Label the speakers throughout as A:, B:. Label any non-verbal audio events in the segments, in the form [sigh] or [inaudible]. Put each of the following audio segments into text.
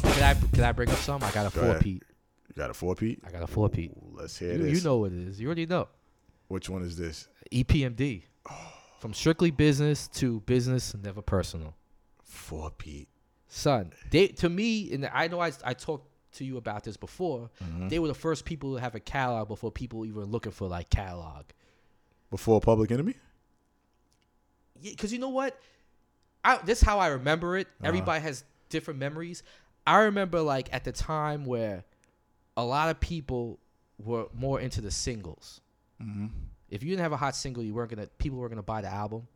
A: Can I bring up some? I got a
B: Go
A: four
B: ahead.
A: peat.
B: uh, You got a four Pete?
A: I got a four peat.
B: Let's hear
A: You,
B: this.
A: you know what it is. You already know. E
B: Which one is this?
A: EPMD. From strictly business to business, never personal.
B: Four Pete.
A: Son, they to me, and I know I, I talked to you about this before. They were the first people to have a catalog before people even looking for like catalog.
B: Before Public Enemy?
A: because you know what, I, this is how I remember it. Everybody has different memories. I remember like at the time where a lot of people were more into the singles. Mm-hmm. If you didn't have a hot single, you weren't gonna people were not gonna buy the album.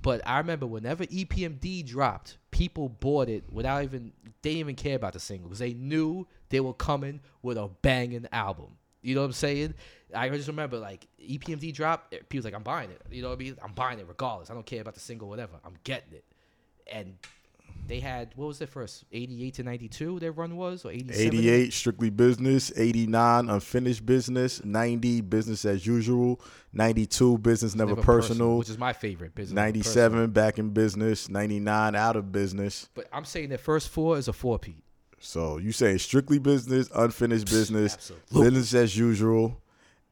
A: But I remember whenever E EPMD dropped, people bought it without even they didn't even care about the single because they knew they were coming with a banging album. You know what I'm saying? I just remember like EPMD dropped, eh, people was like, I'm buying it. You know what I mean? I'm buying it regardless. I don't care about the single, whatever. I'm getting it. And they had what was their first 88 to 92 their run was or 87?
B: 88, Strictly Business. 89, Unfinished Business. 90, Business as Usual. 92, Business Never,
A: Never
B: Personal.
A: which is my favorite business. Never Personal.
B: 97, Back in Business. 99, Out of Business.
A: But I'm saying their first four is a four peat.
B: So you say Strictly Business, Unfinished Business,
A: absolutely.
B: Business as Usual,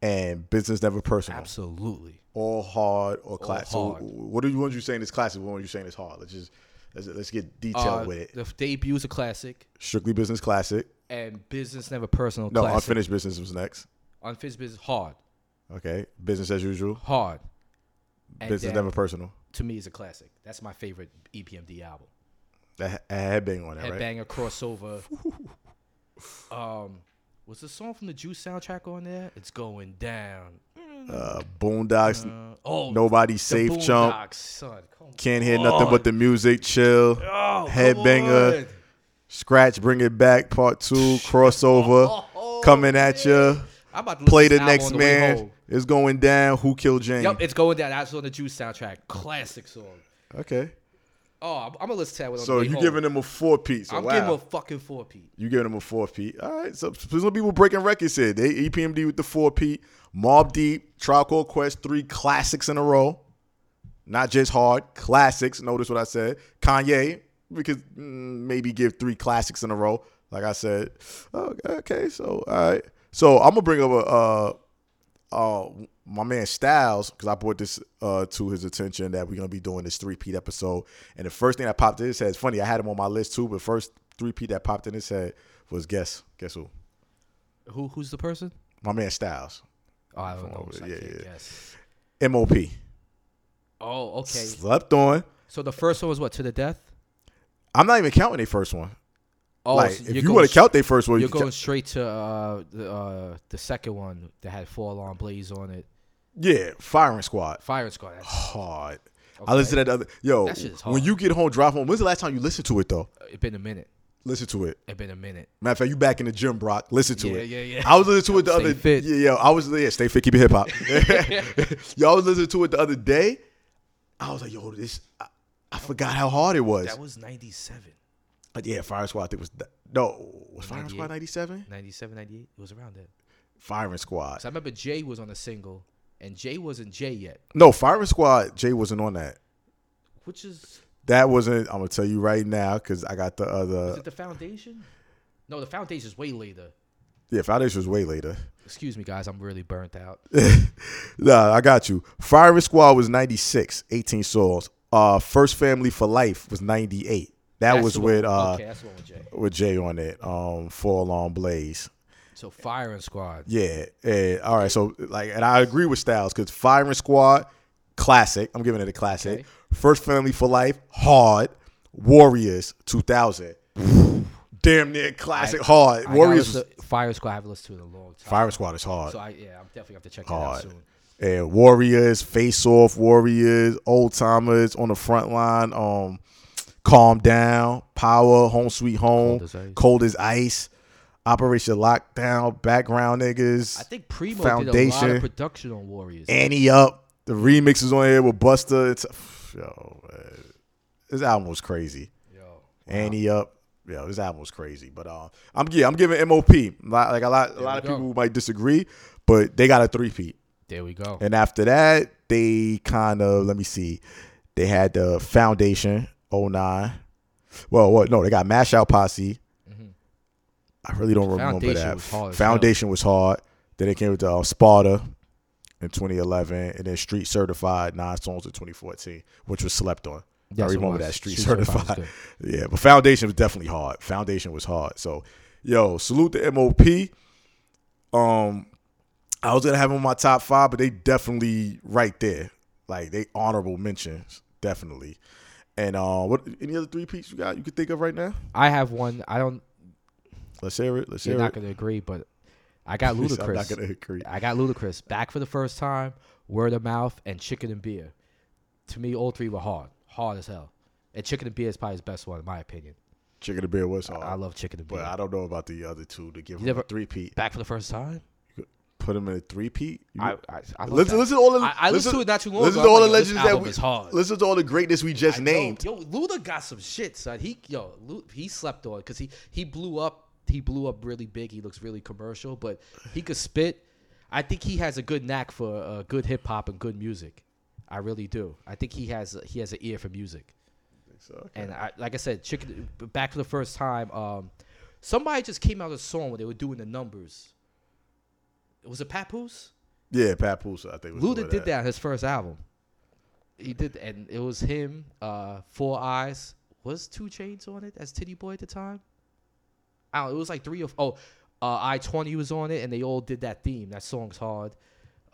B: and Business Never Personal.
A: Absolutely.
B: all hard or class.
A: hard.
B: So what are you ones you saying is classic? What ones you saying is hard? Let's just let's, let's get detailed
A: Uh,
B: with it.
A: The debut's a classic,
B: Strictly business classic.
A: and business never personal.
B: No,
A: classic.
B: unfinished business was next.
A: Unfinished business hard,
B: Okay, business as usual.
A: hard. And
B: business
A: that,
B: never personal.
A: to me is a classic. That's my favorite E EPMD album.
B: That ha- had headbang on it, right? [laughs]
A: Headbanger crossover. um, was the song from the Juice soundtrack on there? It's going down.
B: Uh, boondocks.
A: Uh, oh,
B: Nobody
A: the
B: safe chump.
A: Boondocks, Oh. son. Come
B: Can't hear nothing but the music. Chill.
A: on.
B: Headbanger.
A: Come on.
B: Scratch. Bring it back. Part
A: [laughs]
B: two. Crossover.
A: Oh,
B: coming at you.
A: I'm about to
B: Play the
A: listen to this
B: next
A: album on the way
B: man.
A: home.
B: It's going down. Who killed James?
A: Yep, it's going down. That's on the Juice soundtrack. Classic song.
B: Okay.
A: Oh, I'm, I'm gonna listen to that one. on
B: So
A: the way
B: you
A: home.
B: giving them a four piece?
A: I'm
B: wow.
A: giving him a fucking four Pete.
B: You giving them a four Pete. All right. So so some people breaking records here. They E EPMD with the four Pete. Mob Deep, Trial Called Quest, three classics in a row. Not just hard, classics. Notice what I said. Kanye, we could mm, maybe give three classics in a row. Like I said. Oh, okay. So, all right. So I'm going to bring up a, uh, uh, my man Styles, because I brought this uh, to his attention that we're going to be doing this three Pete episode. And the first thing that popped in his head, it's funny, I had him on my list too, but first three Pete that popped in his head was guess, guess who?
A: Who who's the person?
B: My man Styles.
A: Oh, I don't know. so I
B: yeah,
A: can't
B: yeah.
A: guess.
B: MOP.
A: Oh, okay.
B: Slept on.
A: So the first one was what to the death.
B: I'm not even counting their first one.
A: Oh,
B: like,
A: so
B: if
A: you're
B: you
A: going
B: want to
A: s-
B: count their first one, you
A: you're
B: can
A: going
B: count,
A: straight to uh, the uh, the second one that had four alarm blaze on it.
B: yeah, firing squad.
A: Fire squad. That's,
B: Hard. I listened to that other. Yo,
A: That shit is
B: when
A: hard.
B: you get home, drop home. When's the last time you listened to it though?
A: uh, it been a minute.
B: Listen to it.
A: It been a minute.
B: Matter of fact, you back in the gym, Brock. Listen to
A: Yeah,
B: it.
A: yeah, yeah.
B: I was listening to it the
A: Stay
B: other
A: fit.
B: Yeah, yeah. I was yeah, stay fit, keep it hip
A: [laughs]
B: hop. [laughs] yo, I was listening to it the other day. I was like, yo, this I, I forgot how hard it was.
A: That was 97,
B: But yeah, Fire Squad I think was th- no was Firing
A: 98?
B: Squad ninety seven?
A: 97, 98. It was around that.
B: Firing Squad.
A: So I remember Jay was on a single, and Jay wasn't Jay yet,
B: No, Firing Squad, Jay wasn't on that.
A: which is
B: That wasn't I'm gonna tell you right now, because I got the
A: is
B: other
A: it the foundation? No, the foundation is way later.
B: Yeah, Foundation was way later.
A: Excuse me, guys. I'm really burnt out.
B: Nah, I got you. Firing Squad was 96, 18 songs. Uh, First Family for Life was 98. That
A: That's
B: was
A: the one-
B: with uh,
A: okay, that's the one with Jay.
B: with Jay on it. Um, Four Long Blaze.
A: So firing squad.
B: Yeah. And, all right. So like, and I agree with Styles because Firing Squad, classic. I'm giving it a classic.
A: Okay.
B: First Family for Life, hard. Warriors, 2000. Damn near classic, hard.
A: I gotta
B: Warriors.
A: listen to- fire squad. I haven't listened to in a long time.
B: Firing Squad is hard.
A: So I yeah, I'm definitely gonna have to check that out
B: hard.
A: soon.
B: And Warriors, Face Off, Warriors, Old Timers on the front line. Um, Calm Down, Power, Home Sweet Home,
A: Cold as Ice.
B: Cold as Ice, Operation Lockdown, Background Niggas,
A: I think Primo did a lot
B: Foundation.
A: of production on Warriors.
B: Annie Up. The remix is on here with Busta. It's yo, man. this album was crazy.
A: Yo,
B: Annie Up. Yo, this album was crazy. But uh, I'm yeah, I'm giving MOP Lot- like a lot a lot of
A: we go.
B: people might disagree, but they got a three peat.
A: there we go.
B: And after that, they kind of let me see. They had oh the Foundation 09. Well, what? No, they got Mash Out Posse, I really don't remember that.
A: Mm-hmm. Foundation was hard as
B: Foundation was hard. Then it came with uh, Sparta in 2011, and then Street Certified Nine Songs in 2014, which was slept on. I
A: Yes, it
B: remember
A: was.
B: that Street,
A: Street Certified
B: Certified.
A: was
B: yeah, but Foundation was definitely hard. Foundation was hard. So, yo, salute the MOP. Um, I was gonna have them in my top five, but they definitely right there. Like they honorable mentions, definitely. And uh, what any other three peaks you got you could think of right now?
A: I have one. I don't.
B: Let's hear it. Let's hear
A: You're
B: it.
A: not gonna agree, but I
B: [laughs]
A: got
B: I'm not
A: ludicrous.
B: gonna agree.
A: I got ludicrous. Back for the first time. Word of mouth and chicken and beer. To me, all three were hard, hard as hell. And chicken and beer is probably his best one, in my opinion.
B: Chicken and beer was hard,
A: I love chicken and beer.
B: but Oh. I don't know about the other two to give
A: Uh,
B: them
A: You never-
B: a three peat.
A: Back for the first time.
B: Put them in a three peat.
A: I, I, I love
B: Listen,
A: that.
B: listen to all the.
A: I- I listened to it not too long
B: Listen
A: ago.
B: to all
A: I'm
B: the
A: like, yo, this
B: legends that
A: album
B: we.
A: is hard.
B: Listen to all the greatness we just named.
A: Yo, yo, Luda got some shit, son. He yo, Lu, he slept on because he he blew up. He blew up really big. He looks really commercial, but he could spit. I think he has a good knack for uh, good hip hop and good music. I really do. I think he has he has an ear for music.
B: So, okay.
A: And I, like I said, chicken. Back for the first time, um, somebody just came out with a song when they were doing the numbers. Was it Papoose?
B: Yeah, Papoose, I think. Was
A: Luda
B: doing
A: did that on his first album. He did, and it was him. Uh, Four Eyes was Two Chains on it as Titty Boy at the time. I don't. It was like three or oh, uh, I Twenty was on it, and they all did that theme. That song's hard.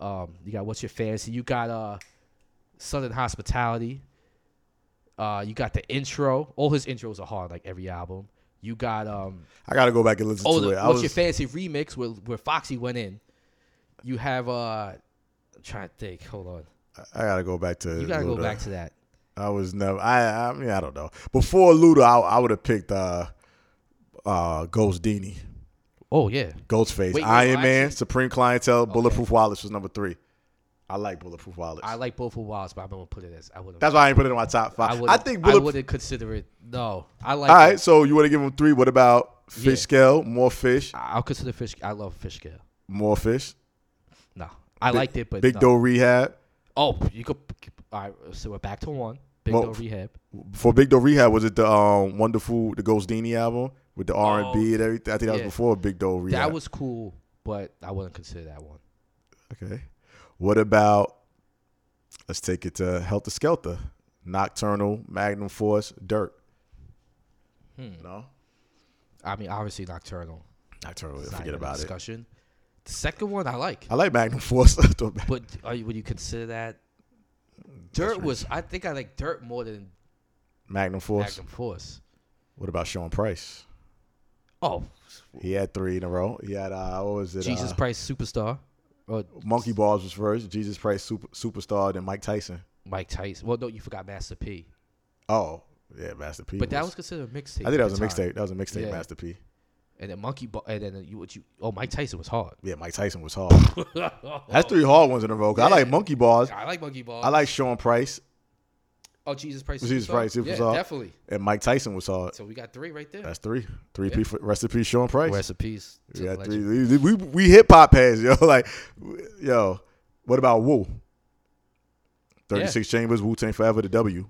A: Um, you got What's Your Fancy. You got uh, Southern Hospitality. Uh, you got the intro. All his intros are hard, like every album. You got um,
B: I gotta go back and listen
A: Oh,
B: to
A: the,
B: it. I was
A: what's your fancy remix where where Foxy went in? You have uh, I'm trying to think. Hold on,
B: I gotta go back to.
A: you gotta
B: Luda.
A: go back to that.
B: I was never. I. I mean, I don't know. Before Luda, I, I would have picked uh, uh, Ghost Dini,
A: Oh yeah,
B: Ghostface,
A: Wait, wait,
B: Iron
A: no,
B: Man,
A: actually-
B: Supreme Clientele, Bulletproof Wallace was number three. I like Bulletproof Wallace.
A: I like both of Wilds, but I'm gonna put it as I wouldn't.
B: That's why I ain't put it in my top
A: I
B: five.
A: wouldn't.
B: I, think
A: I
B: Bulletproof.
A: wouldn't consider it. No, I like.
B: All
A: it.
B: right, so you want to give him three? What about fish
A: Yeah.
B: scale? More fish,
A: I- I'll consider fish. I love fish scale.
B: more fish.
A: No, I liked it, but
B: Big
A: no.
B: Doe Rehab.
A: Oh, you could. All right, so we're back to one. Big
B: Well,
A: Doe Rehab.
B: For Big Doe Rehab, was it the um, wonderful the Ghost Dini album with the R and B and everything? I think that was
A: Um, yeah.
B: before Big Doe Rehab.
A: That was cool, but I wouldn't consider that one.
B: okay. What about? Let's take it to Helter Skelter, Nocturnal, Magnum Force, Dirt. No,
A: Hmm. I mean, obviously Nocturnal.
B: Nocturnal.
A: It's not
B: Forget
A: even a
B: about it.
A: discussion. The second one I like.
B: I like Magnum Force. [laughs] I thought Mag-
A: But are you, would you consider that? Dirt was. I think I like Dirt more than
B: Magnum Force.
A: Magnum Force.
B: What about Sean Price?
A: Oh,
B: He had three in a row. He had uh, what was it?
A: Jesus
B: uh,
A: Christ Superstar, or
B: Monkey Balls was first. Jesus Christ super, superstar. Then Mike Tyson.
A: Mike Tyson. Well, no, you forgot Master P.
B: Oh yeah, Master P.
A: But that was considered a mixtape.
B: I think that
A: at
B: was a
A: the time.
B: mixtape. That was a mixtape.
A: Yeah.
B: Master P.
A: And then Monkey Ball. And then you, what you? Oh, Mike Tyson was hard.
B: Yeah, Mike Tyson was hard. That's
A: [laughs]
B: three hard ones in a row. 'cause I like Monkey Balls.
A: I like Monkey Ball.
B: I like Sean Price
A: Oh, Jesus Christ.
B: Jesus
A: Superstar?
B: Christ
A: Yeah,
B: Superstar.
A: definitely.
B: and Mike Tyson was hard.
A: So we got three right there.
B: That's three. Three P for recipe Sean Price.
A: Recipes.
B: we got three. We, we, we hip hop heads, [laughs] yo. Like, w- yo, what about Wu? 36 Chambers, Wu Tang Forever, the W.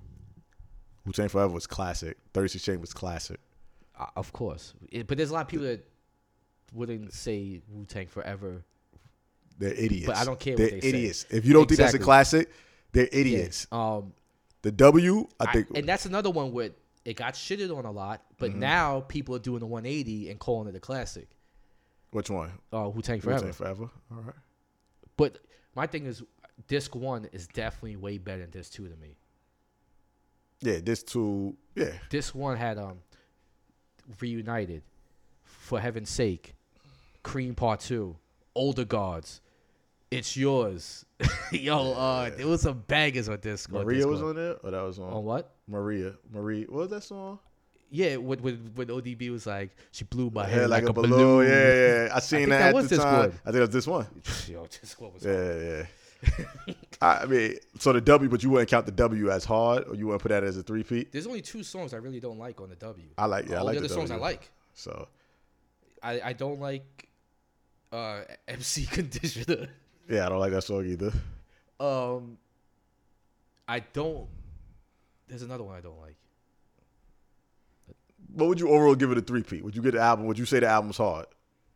B: Wu Tang Forever was classic. 36 Chambers, classic.
A: Uh, of course, It- but there's a lot of people that wouldn't say Wu Tang Forever.
B: They're idiots.
A: But I don't care what
B: They're
A: they say.
B: idiots. If you don't think that's a
A: Exactly.
B: classic, they're idiots.
A: Um,
B: The W, I
A: I-
B: think. Mm-hmm.
A: and that's another one where it got shitted on a lot, but now people are doing the 180 and calling it a classic.
B: which one?
A: Uh, Wu Tang
B: Wu
A: Forever.
B: Tang Forever. All right.
A: But my thing is, disc one is definitely way better than disc two to me.
B: Yeah, this two. Yeah.
A: Disc one had um, reunited, for heaven's sake, Cream Part Two, Older Gods, It's Yours. [laughs] Yo, uh, there was some bangers on disc.
B: Maria
A: disc
B: was
A: one.
B: on there, or that was on
A: On what?
B: Maria. Maria, what was that song?
A: Yeah, when, when, when ODB was like, she blew my
B: Head
A: head like, a balloon.
B: Yeah, yeah. I seen
A: think
B: that,
A: that
B: at
A: was
B: the
A: this
B: time.
A: one.
B: I think it was this one.
A: [laughs] Yo, disc one was
B: Yeah, yeah.
A: [laughs]
B: yeah. I mean, so the W, but you wouldn't count the W as hard, or you wouldn't put that as a three peat.
A: There's only two songs I really don't like on the W.
B: I like, yeah, I
A: All
B: like
A: the other songs I
B: W.
A: like.
B: So
A: I, I don't like uh, [laughs] MC Conditioner.
B: yeah, I don't like that song either.
A: Um, I don't. There's another one I don't like.
B: what would you overall give it a three P? Would you get the album? Would you say the album's hard?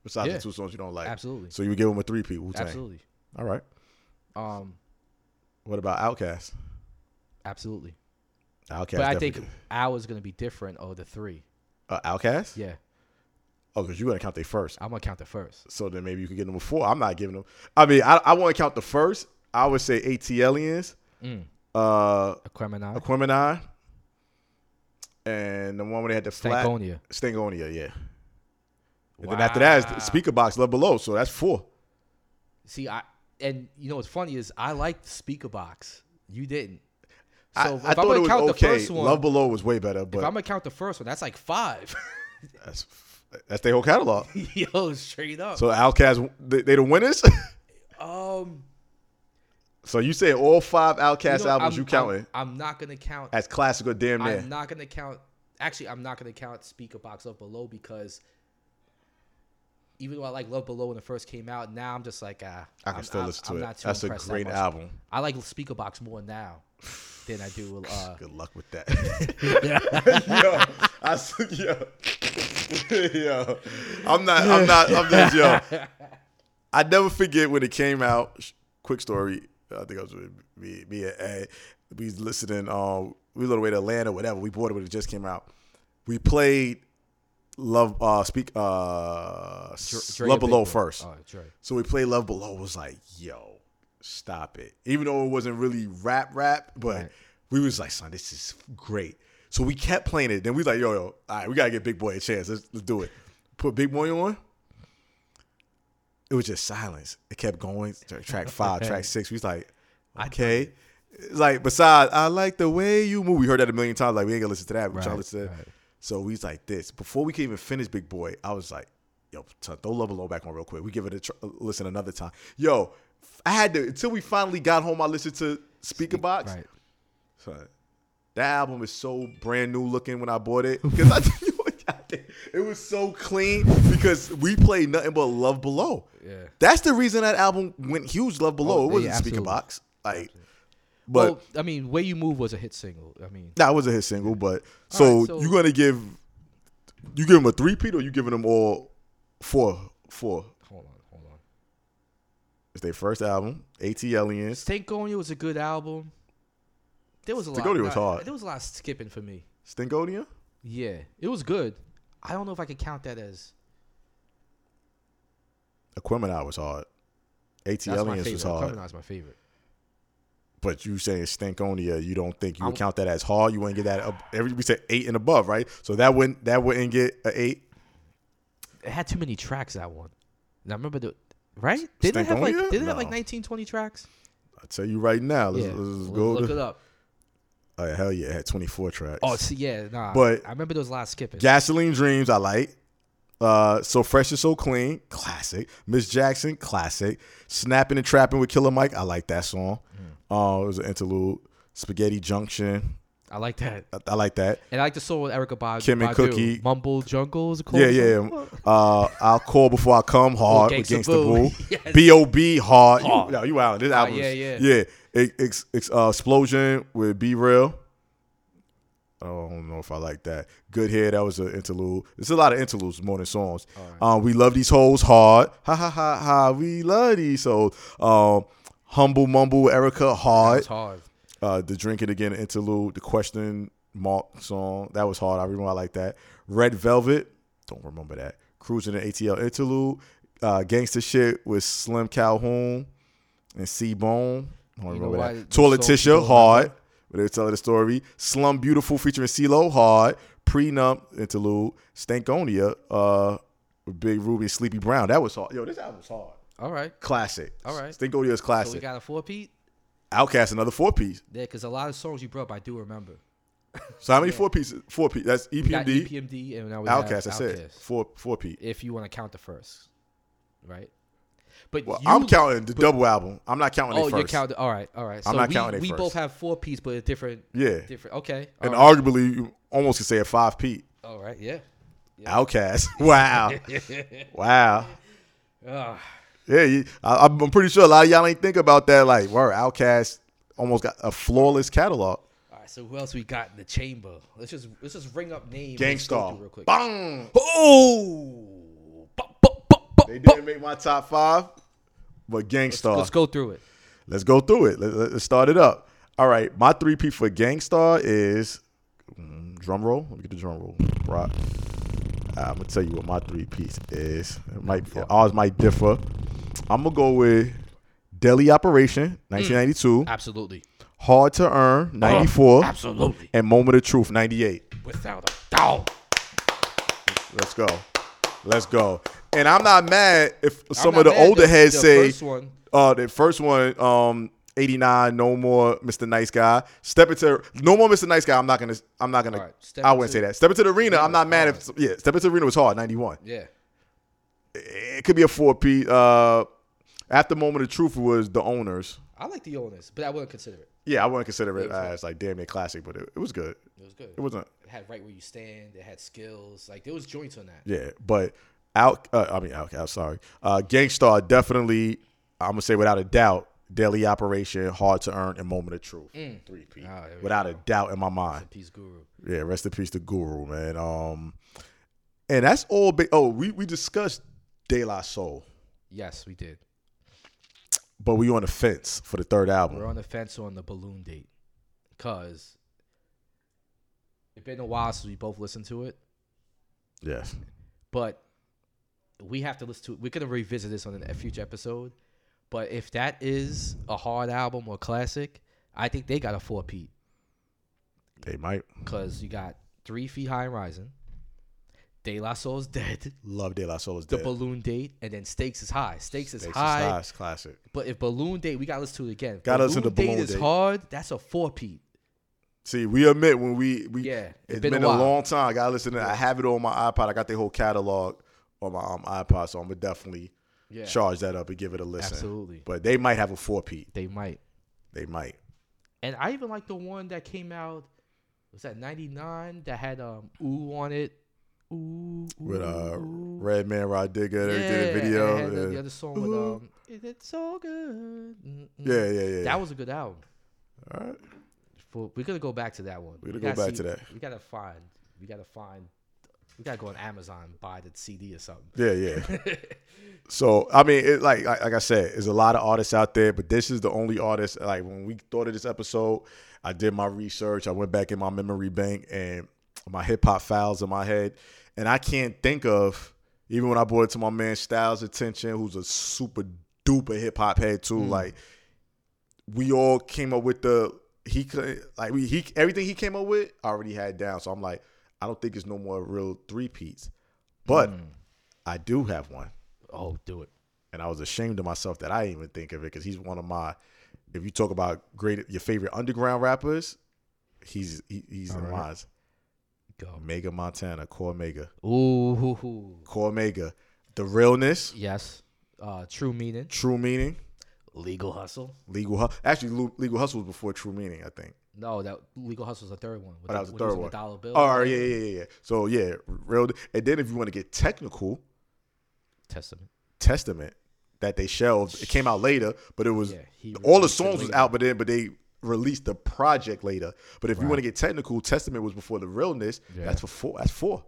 B: Besides
A: Yeah.
B: the two songs you don't like,
A: Absolutely.
B: So you would give him a three P. Wu Tang.
A: Absolutely.
B: All right.
A: Um,
B: What about Outcast?
A: absolutely.
B: Outcast.
A: but I think ours gonna be different. Oh, the three.
B: uh, Outcast.
A: Yeah,
B: Oh, because you gotta count they first.
A: I'm gonna count the first.
B: So then maybe you can get them a four. I'm not giving them. I mean, I, I want to count the first. I would say ATLians,
A: Mm.
B: uh,
A: Aquemini,
B: Aquemini, and the one where they had the flat
A: Stankonia.
B: Stangonia, yeah. And then after that is the speaker box level below. So that's four.
A: See, I and you know what's funny is I liked Speaker Box. You didn't.
B: I,
A: So
B: I
A: if I'm
B: thought it
A: gonna
B: was
A: count
B: okay.
A: the first one,
B: Love Below was way better,
A: if
B: but
A: I'm gonna count the first one, that's like five. [laughs]
B: that's that's their whole catalog.
A: Yo, straight up.
B: So Outkast, they, they the winners. [laughs]
A: um,
B: so you say all five
A: you
B: Outkast
A: know,
B: albums
A: I'm-
B: you counting
A: I'm, I'm not gonna count.
B: as classic or damn near?
A: I'm not gonna count. Actually, I'm not gonna count Speaker Box Love Below because even though I like Love Below when it first came out, now I'm just like, ah,
B: I can
A: I'm-
B: still
A: I'm-
B: listen to
A: I'm
B: it.
A: not too
B: That's a
A: impressed that
B: great
A: much.
B: album.
A: I like Speaker Box more now than I do.
B: [laughs]
A: Uh,
B: Good luck with that.
A: [laughs]
B: [laughs] yo, I, s- yo, [laughs] yo, I'm not, I'm not, I'm just, yo. I never forget when it came out. sh- Quick story. I think I was with me, me and Ed. We was listening. Um, we was on the way to Atlanta, whatever. We bought it when it just came out. We played Love, uh, speak, uh, s-
A: Dre a
B: Love
A: big
B: Below
A: one.
B: first.
A: Oh, Dre.
B: So we played Love Below. Was like, yo, stop it. Even though it wasn't really rap rap, but
A: Right.
B: we was like, son, this is great. So we kept playing it. Then we was like, yo, yo, all right, we gotta get Big Boy a chance. Let's, let's do it. Put Big Boy on. It was just silence. It kept going. Tra- Track five,
A: [laughs]
B: track six. We was like, okay. It's Like besides, I like the way you move. We heard that a million times. Like we ain't gonna listen to that. We trying to
A: Right,
B: listen to that.
A: right.
B: So we was like this. Before we could even finish Big Boy, I was like, yo, son, throw Love Below back on real quick. We give it a tr- uh, listen another time. Yo, I had to, until we finally got home, I listened to Speaker Box.
A: Right.
B: Son, that album is so brand new looking when I bought it. Because I [laughs] tell you what, goddamn, it was so clean because we played nothing but Love Below.
A: Yeah.
B: That's the reason that album went huge, Love Below.
A: Oh,
B: it wasn't
A: yeah,
B: Speaker
A: absolutely. Oh,
B: Box. Like, but
A: Well, I mean, "Way You Move" was a hit single. I mean,
B: that was a hit single, but so,
A: so-
B: you're gonna give you give him a three peat or you giving them all four four?
A: hold on, hold on.
B: It's their first album, ATLians.
A: Stankonia was a good album. There was a lot.
B: Stankonia was
A: nah,
B: hard.
A: There was a lot of skipping for me.
B: Stingonia?
A: Yeah, it was good. I don't know if I could count that as
B: Aquemini was hard.
A: that's my
B: ATLians
A: favorite.
B: was hard.
A: Aquemini is my favorite.
B: But you saying Stinkonia, you don't think you would count that as hard? You wouldn't get that up every we said eight and above, right? So that wouldn't that wouldn't get an eight.
A: It had too many tracks that one. And I remember the right. Didn't it have like
B: Stankonia?
A: didn't it have like
B: No. Uh,
A: 19, 20 tracks?
B: I tell you right now, let's,
A: yeah,
B: let's
A: L-
B: go.
A: look
B: To,
A: it up.
B: Oh, hell yeah, it had twenty four tracks.
A: Oh, see, yeah, nah.
B: But-
A: I remember there was a lot of skipping.
B: Gasoline Dreams, I like. Uh, so fresh and so clean, classic. Miss Jackson, classic. Snapping and trapping with Killer Mike, I like that song. Uh, it was an interlude. Spaghetti Junction,
A: I like that.
B: I, I like that.
A: And I like the song with Erica Badu.
B: Kim and
A: Badu.
B: Cookie.
A: Mumble Jungle is it called.
B: Yeah, yeah. yeah. Uh, I'll call before I come hard
A: Oh,
B: with
A: Gangsta
B: Gangsta
A: Boo.
B: Boo.
A: [laughs] Yes.
B: B.O.B. hard. You-
A: Hard. Oh,
B: no, you out. This album.
A: yeah,
B: is-
A: yeah.
B: Yeah. Ex- ex- ex- uh, Explosion with B Real. I don't know if I like that. Good Hair, that was an interlude. There's a lot of interludes more than songs. Um, we love these hoes hard. Ha ha ha ha. We love these hoes. Um, Humble Mumble with Erica hard.
A: It's hard.
B: Uh, the Drink It Again interlude, the Question Mark song. That was hard. I remember I like that. Red Velvet. Don't remember that. Cruising the ATL interlude. Uh, Gangsta Shit with Slim Calhoun and C Bone. I don't
A: You know
B: remember
A: why
B: that.
A: those
B: Toilet
A: songs
B: Tisha,
A: people
B: hard. But they were telling the story. Slum Beautiful featuring CeeLo, hard. Prenup interlude. Stankonia, uh, with Big Ruby and Sleepy Brown. That was hard. Yo, this album's hard.
A: All right.
B: Classic.
A: All right.
B: Stankonia is
A: So we
B: classic.
A: got a four Pete.
B: Outcast, another four piece.
A: Yeah, because a lot of songs you brought up, I do remember.
B: So how many four pieces? Four piece. That's E
A: We got E
B: EPMD,
A: EPMD, and now we
B: Outcast.
A: have
B: That's it.
A: Outcast.
B: Four four piece.
A: If you want to count the first, right? But
B: Well,
A: you,
B: I'm counting the double album. I'm not counting
A: Oh,
B: it
A: you're
B: first.
A: counting. All right, all right. So
B: I'm not
A: we,
B: counting they
A: we both
B: first.
A: have four piece, but a different,
B: yeah,
A: different. Okay. all
B: and
A: right,
B: arguably you almost could say a five P.
A: all right. Yeah. [laughs]
B: Outcast. [laughs] Wow, wow.
A: Ugh.
B: Yeah, you, I, I'm I'm pretty sure a lot of y'all ain't think about that. Like, wow, Outcast almost got a flawless catalog.
A: all right. right, so who else we got in the chamber? Let's just let's just ring up names. and scroll through
B: Gangstar.
A: real quick.
B: Bang!
A: Oh, Ba- ba- ba- ba-
B: They
A: ba-
B: didn't make my top five, but Gangstar.
A: let's go through it.
B: Let's go through it. Let, let- let's start it up. All right, my three P for Gangstar is mm, drum roll. Let me get the drum roll. Right. I'm gonna tell you what my three piece is. It might ours might differ. I'm gonna go with Delhi
A: Mm.
B: Operation, 1992.
A: Absolutely,
B: Hard to Earn,
A: Oh.
B: 94.
A: absolutely,
B: And Moment of Truth, 98.
A: without a doubt.
B: Let's go. Let's go. And I'm not mad if some
A: I'm
B: of
A: not
B: the
A: mad.
B: older heads
A: the
B: say
A: first one.
B: Uh, the first one, um, eighty nine. No more, Mister Nice Guy. Step into no more, Mister Nice Guy. I'm not gonna. I'm not gonna.
A: All right, Step
B: I wouldn't
A: Into-
B: say that. Step into the arena. I'm not
A: was
B: mad if yeah. Step into the arena was hard. Ninety one.
A: Yeah,
B: It could be a four P. Uh, after moment of truth was the owners.
A: I like the oldness, but I wouldn't consider it.
B: Yeah, I wouldn't consider it as like damn near classic, but it, it was good.
A: It was good.
B: It wasn't.
A: It had right where you stand. It had skills. Like there was joints on that.
B: Yeah, but out. Uh, I mean, okay. I'm sorry. Uh, Gangstar definitely. I'm gonna say without a doubt. Daily operation, hard to earn, and moment of truth. Three P.
A: Ah, there we
B: without a doubt in my mind.
A: Peace Guru.
B: Yeah, rest in peace to Guru, man. Um, and that's all. Ba- oh, we we discussed De La Soul,
A: Yes, we did.
B: but we on the fence for the third album.
A: We're on the fence on the balloon date, cause it's been a while since we both listened to it,
B: Yes,
A: but we have to listen to. it. We're gonna revisit this on a future episode, but if that is a hard album or classic, I think they got a four Pete,
B: they might
A: cause you got Three Feet High and Rising, De La Soul's dead,
B: love De La Soul is
A: the
B: dead.
A: balloon date, and then Stakes is high. Stakes is
B: Makes us
A: high.
B: high, it's classic.
A: But if Balloon Date, we gotta listen to it again.
B: Gotta listen to Balloon
A: is
B: Date.
A: hard. That's a four Pete.
B: See, we admit when we we
A: Yeah,
B: it's been, a,
A: while.
B: long time. I gotta listen. To, I have it on my iPod. I got their whole catalog on my um, iPod, so I'm gonna definitely
A: Yeah.
B: charge that up and give it a listen.
A: Absolutely.
B: But they might have a four P.
A: They might.
B: They might.
A: And I even like the one that came out. Was that '99 that had um ooh on it? Ooh. ooh
B: With uh,
A: ooh.
B: Red Man Rodriguez
A: yeah,
B: did a
A: and it
B: video.
A: had the,
B: yeah.
A: the other song with
B: Ooh.
A: um. Is it so good? Mm-mm.
B: yeah, yeah, yeah, yeah.
A: That was a good album.
B: All right.
A: For, we're gonna go back to that one.
B: We're
A: We
B: gonna go
A: gotta
B: back to that.
A: We gotta find. We gotta find. We gotta go on Amazon and buy the CD or something. [laughs]
B: Yeah, yeah. so I mean, it, like like like I said, there's a lot of artists out there, but this is the only artist. Like when we thought of this episode, I did my research. I went back in my memory bank and my hip hop files in my head, and I can't think of even when I brought it to my man Styles' attention, who's a super duper hip hop head too. Like we all came up with the he could like we he everything he came up with I already had down. So I'm like, I don't think it's no more real three peats, but.
A: Mm. Hmm.
B: I do have one,
A: Oh, do it.
B: and I was ashamed of myself that I didn't even think of it because he's one of my. If you talk about great, your favorite underground rappers, he's he, he's in
A: right.
B: mine.
A: Go.
B: Mega Montana, Core Mega,
A: Ooh. hoo, hoo.
B: Core Mega, the realness,
A: Yes. Uh, true meaning.
B: True Meaning,
A: Legal hustle.
B: Legal Hustle. Actually, Lu- Legal Hustle was before True Meaning, I think.
A: No, that legal hustle's the third one. With
B: Oh, that was the
A: when he
B: third
A: on
B: one.
A: dollar bill.
B: Oh, yeah, yeah, yeah, yeah. So yeah, real. And then if you want to get technical,
A: Testament.
B: Testament that they shelved. It came out later, but it was
A: Yeah, he
B: all the
A: released it
B: songs was
A: later.
B: out, but then but they released the project later. But if you want to get technical, Testament was before the realness. That's for four. That's four.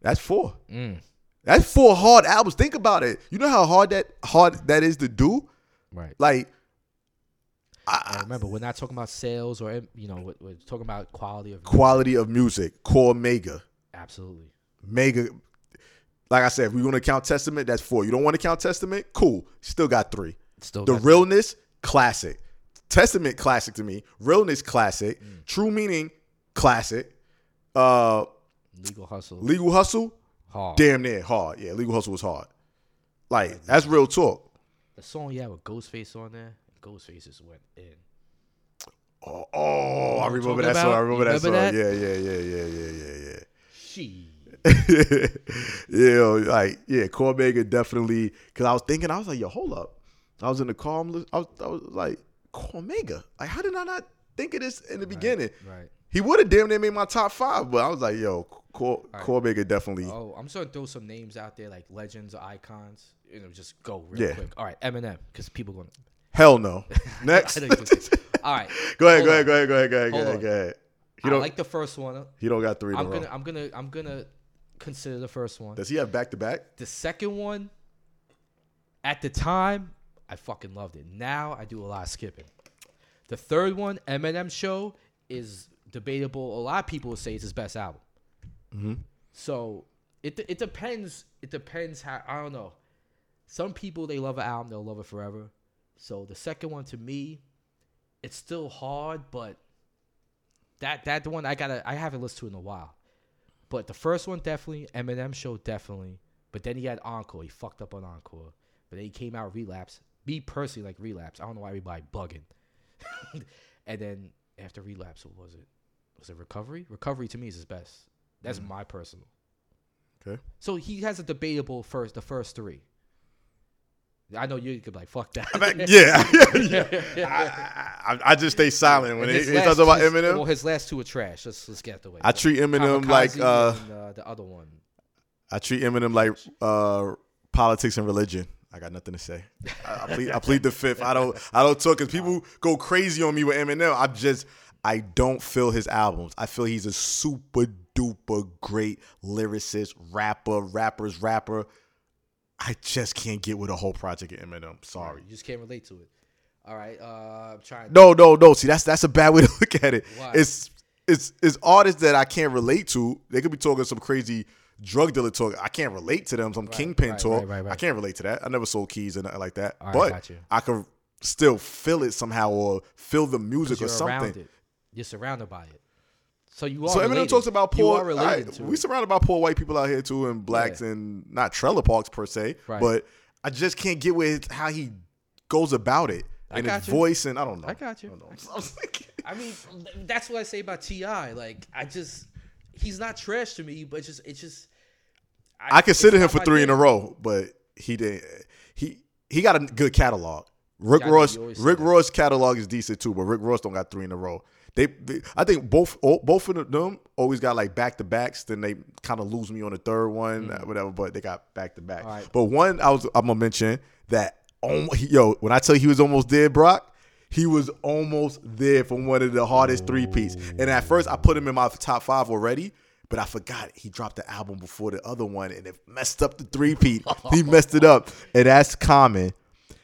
B: That's four.
A: Mm,
B: That's four hard albums. Think about it. You know how hard that hard that is to do.
A: Right.
B: Like
A: And remember, we're not talking about sales or you know, we're, we're talking about quality of
B: quality of music, core mega,
A: absolutely.
B: mega. Like I said, if we want to count Testament, that's four. You don't want to count Testament? Cool. Still got three.
A: Still
B: The
A: got-
B: realness, classic. Testament, classic to me. Realness, classic. True meaning, classic. Uh,
A: legal hustle
B: legal hustle,
A: hard.
B: damn near hard. Yeah, legal hustle was hard. Like that's real talk.
A: The song yeah with Ghostface on there. Ghostface just went in.
B: Oh, oh, I
A: I'm
B: remember
A: talking
B: that song. I
A: about?
B: remember,
A: You
B: that song.
A: remember that?
B: Yeah, yeah, yeah, yeah, yeah, yeah, yeah.
A: She
B: yeah, [laughs] like yeah, Core Mega definitely. Because I was thinking, I was like, yo, hold up. I was in the car. I'm, li- I, was, I was like, Core Mega. Like, how did I not think of this in the beginning?
A: right.
B: He would have damn near made my top five, but I was like, yo, Cor- Core Mega definitely.
A: Oh, I'm just gonna throw some names out there like legends or icons. You know, just go real
B: Yeah. [laughs]
A: quick. All right, Eminem, because people gonna. [laughs]
B: Hell no. Next. [laughs]
A: I know you gonna say- All right.
B: Go ahead, go ahead,
A: Hold on.
B: go ahead, go ahead, go ahead, go
A: Hold
B: ahead,
A: on.
B: go ahead. He
A: I
B: don't
A: like the first one.
B: he don't got three in
A: I'm
B: a
A: gonna
B: row.
A: I'm gonna I'm gonna consider the first one.
B: Does he have back to back?
A: The second one, at the time, I fucking loved it. Now I do a lot of skipping. The third one, Eminem Show, is debatable. A lot of people would say it's his best album. So it it depends. It depends how I don't know. Some people they love an album, they'll love it forever. So the second one to me, it's still hard, but that that one I gotta I haven't listened to in a while. But the first one definitely, Eminem show definitely. But then he had Encore. He fucked up on Encore. But then he came out Relapse. Me personally like Relapse. I don't know why everybody bugging. [laughs] and then after Relapse, what was it? Was it Recovery? Recovery to me is his best. That's my personal.
B: Mm. Okay.
A: So he has a debatable first, the first three. I know you could be like fuck that.
B: Back- [laughs]
A: [laughs]
B: yeah. I, I, I just stay silent when
A: And
B: it,
A: his
B: it
A: last
B: talks about
A: two- Well,
B: Eminem.
A: his last two are trash. Let's let's get out the way.
B: I treat Eminem
A: Kamikaze
B: like uh,
A: and, uh, the other one.
B: I treat Eminem like uh, politics and religion. I got nothing to say. I, I, plead, I plead the fifth. I don't. I don't talk because people go crazy on me with Eminem. I just. I don't feel his albums. I feel he's a super duper great lyricist, rapper, rappers, rapper. I just can't get with the whole project of Eminem. Sorry.
A: You just can't relate to it. All right, uh, I'm trying.
B: No, no, no. See, that's that's a bad way to [laughs] look at it.
A: Why?
B: It's it's it's artists that I can't relate to. They could be talking some crazy drug dealer talk. I can't relate to them. Some kingpin
A: right,
B: talk.
A: right, right, right.
B: I can't relate to that. I never sold keys or nothing like that.
A: All right,
B: but
A: got you.
B: I could still feel it somehow or feel the music or
A: you're around
B: something.
A: it. You're surrounded by it. So you are.
B: So Eminem
A: related.
B: talks about
A: You
B: poor.
A: are related
B: alright,
A: to
B: we
A: it.
B: surrounded by poor white people out here too, and blacks, and not trailer parks per se.
A: Right.
B: But I just can't get with how he goes about it
A: I
B: and his
A: got you.
B: voice, and I don't know.
A: I got you.
B: I don't know. [laughs] I'm like-
A: I mean, that's what I say about Ti. Like, I just he's not trash to me, but just it's just.
B: I consider
A: it's
B: him
A: not
B: for
A: my
B: three in
A: thing.
B: a row, but he didn't. He he got a good catalog. Rick
A: Yeah, I know
B: Ross
A: you always say
B: Rick
A: that.
B: Ross catalog is decent too, but Rick Ross don't got three in a row. They, they- I think both all, both of them always got like back to backs. Then they kind of lose me on the third one, uh, whatever. But they got back to back.
A: Mm. All right.
B: But one I was I'm gonna mention that. almo- he- Yo, when I tell you he was almost dead, Brock, he was almost there for one of the hardest three piece. And at first, I put him in my top five already, but I forgot he dropped the album before the other one, and it messed up the three piece. he messed it up, and that's common.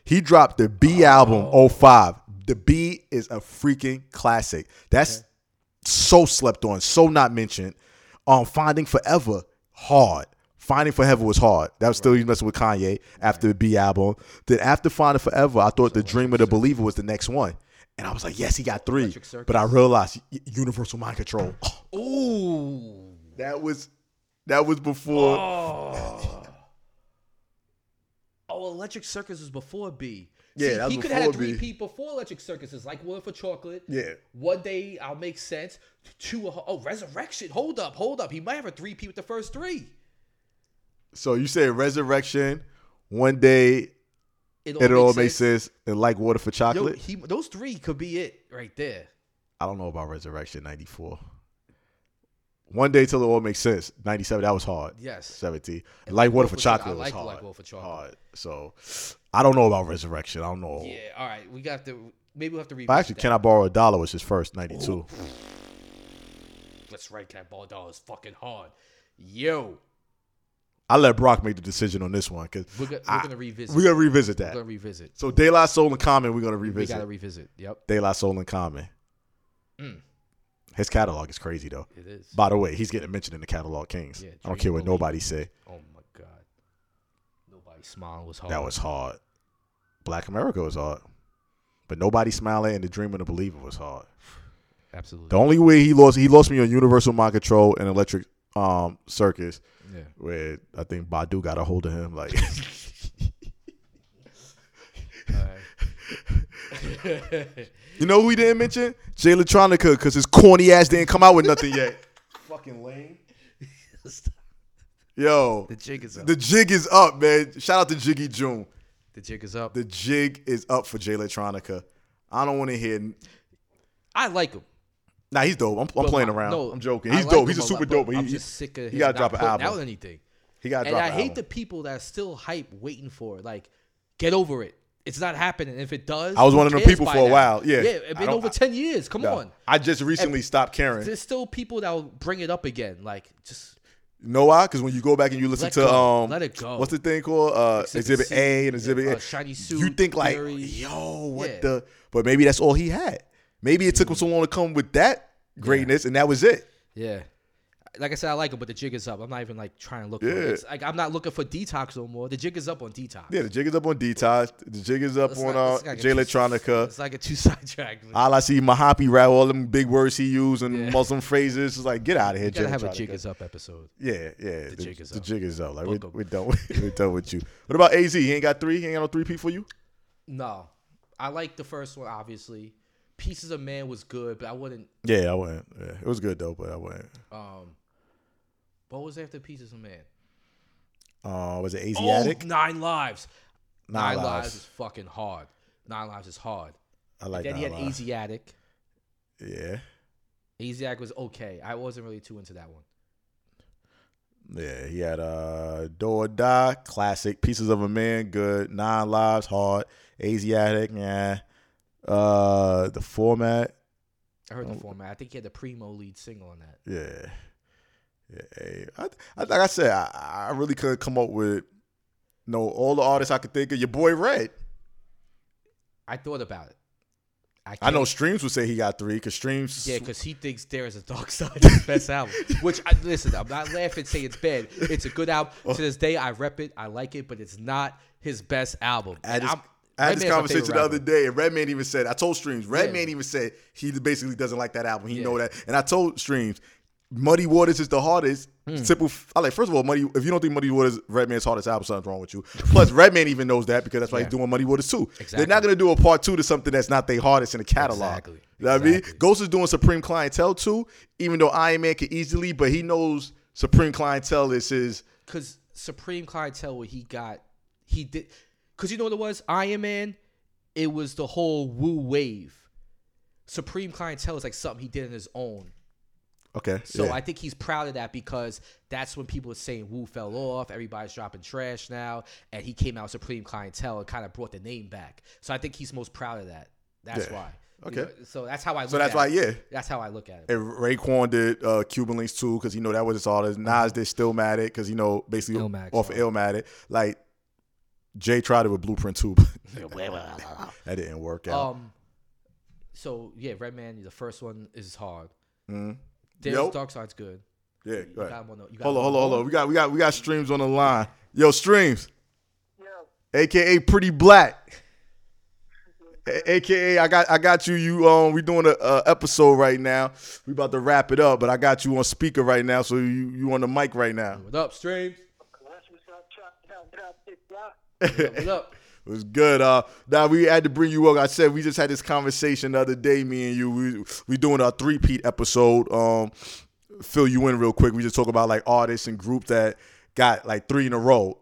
B: He dropped the B album 05. The B is a freaking classic. That's so slept on, so not mentioned. Um, Finding Forever, hard. Finding Forever was hard. That was still you messing with Kanye after the B album. Then after Finding Forever, I thought The Dreamer, The Believer was the next one. And I was like, yes, he got three.
A: Electric Circus.
B: But I realized y- Universal Mind [gasps] Control. Oh,
A: Ooh.
B: that was that was before.
A: Oh. oh, Electric Circus was before B.
B: Yeah, that was
A: he could
B: before
A: have three
B: B.
A: P before Electric Circuses, like one for chocolate.
B: Yeah.
A: One day I'll make sense. Two. Oh, Resurrection. Hold up, hold up. He might have a three P with the first three.
B: So you said Resurrection, One Day, It All Makes Sense, and Like Water for
A: Yo,
B: Chocolate.
A: he, those three could be it right there.
B: I don't know about Resurrection 94. One Day Till It All Makes Sense, 97. That was hard.
A: Yes.
B: 70. Like Water for
A: for Chocolate,
B: Chocolate was
A: I like
B: hard.
A: Like Water for Chocolate.
B: Hard. So I don't know about Resurrection. I don't know.
A: Yeah. All right. We got to. Maybe we will have to revisit.
B: But actually,
A: that.
B: Can I Borrow a Dollar was his first, 92.
A: That's right. Cat ball doll is fucking hard. Yo,
B: I let Brock make the decision on this one because
A: we're, go- we're
B: I-
A: gonna revisit.
B: we're going to revisit
A: We're
B: that.
A: gonna revisit.
B: Ah, So Daylight Soul and Common, we're going to
A: We
B: revisit.
A: gotta revisit. Yep.
B: Daylight Soul and Common.
A: Mm.
B: His catalog is crazy, though.
A: It is.
B: By the way, he's getting mentioned in the catalog Kings.
A: Yeah,
B: I don't
A: Dream
B: care what
A: Believer.
B: nobody say.
A: oh my god. Nobody smiling was hard.
B: That was hard. Black America was hard. But nobody smiling and the dream and the believer was hard.
A: absolutely.
B: The only way he lost he lost me on Universal Mind Control and Electric um Circus,
A: Yeah.
B: where I think Badu got a hold of him. Like [laughs] [laughs]
A: Alright.
B: You know who we didn't mention? Jay Electronica, because his corny ass didn't come out with nothing yet. [laughs] Fucking lame. [laughs] Yo.
A: the jig is up.
B: The jig is up, man. Shout out to Jiggy June.
A: The jig is up.
B: The jig is up for Jay Electronica. I don't want to hear.
A: I like him.
B: Nah, he's dope. I'm, I'm
A: but
B: playing
A: my-
B: around.
A: no,
B: I'm joking.
A: I
B: He's
A: like
B: dope.
A: him
B: He's a
A: lot,
B: super
A: but
B: dope. But
A: I'm
B: he,
A: just sick of.
B: he
A: him
B: gotta
A: not
B: drop an
A: putting
B: album.
A: Out anything.
B: he got to
A: And
B: drop.
A: I
B: an
A: hate
B: album.
A: the people that are still hype waiting for it. Like, get over it. It's not happening. If it does,
B: I was
A: who
B: one of them
A: cares
B: people
A: by
B: for a
A: now?
B: while. Yeah.
A: yeah. It's
B: I
A: been
B: don't-
A: over ten years. Come
B: No.
A: on.
B: I just recently stopped caring.
A: There's still people that will bring it up again. Like just
B: You know why? Because when you go back and you listen
A: Let
B: to
A: go.
B: um,
A: Let it go.
B: What's the thing called? Uh,
A: Exhibit
B: Exhibit
A: C.
B: A and Exhibit
A: Yeah,
B: A.
A: uh, shiny
B: You
A: suit
B: think like,
A: theory.
B: yo, what
A: Yeah.
B: the? But maybe that's all he had. Maybe it took him so long to come with that greatness, and that was it.
A: yeah. Like I said, I like it, but the jig is up. I'm not even like trying to look. For it.
B: Yeah.
A: It's, like I'm not looking for detox no more. The jig is up on detox.
B: Yeah, the jig is up on detox. The jig is up
A: Let's
B: on
A: not- let's
B: uh,
A: not get
B: J
A: too-
B: Electronica.
A: It's like a two [laughs] sidetracked. man.
B: All I see, Mahapi rap, all them big words he used and
A: Yeah.
B: Muslim phrases. It's like, get out of here,
A: You gotta
B: J
A: have a
B: Electronica.
A: jig is up episode.
B: Yeah, yeah. The,
A: jig is
B: the
A: up.
B: jig is up. Like
A: Book
B: we're,
A: 'em.
B: we're done. With, we're done with you. What about Az? He ain't got three. He ain't got no three P for you.
A: No, I like the first one obviously. Pieces of Man was good, but I wouldn't.
B: Yeah, I went. Yeah, it was good though, but I went.
A: Um, what was after Pieces of Man?
B: Uh, was it
A: Oh,
B: Asiatic?
A: Nine Lives.
B: Nine
A: Nine, lives.
B: Lives.
A: is fucking hard. Nine Lives is hard.
B: I like
A: then
B: that.
A: he had
B: a lot.
A: Asiatic.
B: Yeah,
A: Asiatic was okay. I wasn't really too into that one.
B: yeah. He had uh, Do or Die, classic. Pieces of a Man, good. Nine Lives, hard. Asiatic, yeah. Uh, the format,
A: I heard
B: Oh.
A: the format. I think he had the primo lead single on that.
B: yeah, yeah. eh. I, I, like I said, I, I really couldn't come up with no all the artists I could think of. Your boy Red.
A: I thought about it. I,
B: I know
A: can't-
B: Streams would say he got three because Streams.
A: Yeah, because he thinks there is a dark side to his
B: [laughs]
A: best album. Which I listen, I'm not laughing, saying it's bad. It's a good album. To this day, I rep it. I like it, but it's not his best album.
B: I had
A: And
B: this,
A: I'm-
B: I had
A: Redman's
B: this
A: my
B: conversation
A: favorite
B: the
A: rapper.
B: other day, and Redman even said, I told Streams, Redman
A: Yeah.
B: even said he basically doesn't like that album. He
A: Yeah.
B: know that. And I told Streams, Muddy Waters is the hardest.
A: Hmm.
B: Simple. f- I like, first of all, Muddy, if you don't think Muddy Waters, Redman's hardest album, something's wrong with you. Plus, Redman even knows that because that's why he's
A: Yeah.
B: doing Muddy Waters too.
A: Exactly.
B: They're not going to do a part two to something that's not their hardest in the catalog.
A: Exactly.
B: You know what I mean?
A: Exactly.
B: Ghost is doing Supreme Clientele too, even though Iron Man could easily, but he knows Supreme Clientele is his.
A: because Supreme Clientele, what he got, he did. Because you know what it was? Iron Man, it was the whole woo wave. Supreme Clientele is like something he did on his own.
B: Okay.
A: So
B: yeah.
A: I think he's proud of that because that's when people are saying Wu fell off, everybody's dropping trash now, and he came out with Supreme Clientele and kind of brought the name back. So I think he's most proud of that. That's
B: Yeah.
A: why. You
B: Okay.
A: know, so that's how I. Look
B: so that's
A: at
B: why,
A: it.
B: yeah.
A: That's how I look at it.
B: And Raekwon did uh, Cuban Links too, because you know that was his artist.
A: Mm-hmm.
B: Nas did Stillmatic, because you know basically
A: Illmatic
B: off
A: song.
B: Illmatic. Like Jay tried it with Blueprint too,
A: [laughs]
B: but that didn't work out.
A: Um. So yeah, Redman, the first one is hard.
B: Mhm.
A: There's
B: Yo.
A: Dark Side's good.
B: yeah,
A: You
B: go
A: got
B: ahead.
A: him on the- you got
B: Hold on,
A: him
B: hold on, hold on. We got we got we got streams on the line. Yo, streams, aka Pretty Black, A- aka I got I got you. You um, we doing a, a episode right now. We about to wrap it up, but I got you on speaker right now, so you you on the mic right now.
A: What up, streams?
B: [laughs]
A: What up?
B: It was good. Uh, now we had to bring you up. I said we just had this conversation the other day. Me and you, we we doing our three peat episode. Um, fill you in real quick. We just talk about like artists and group that got like three in a row,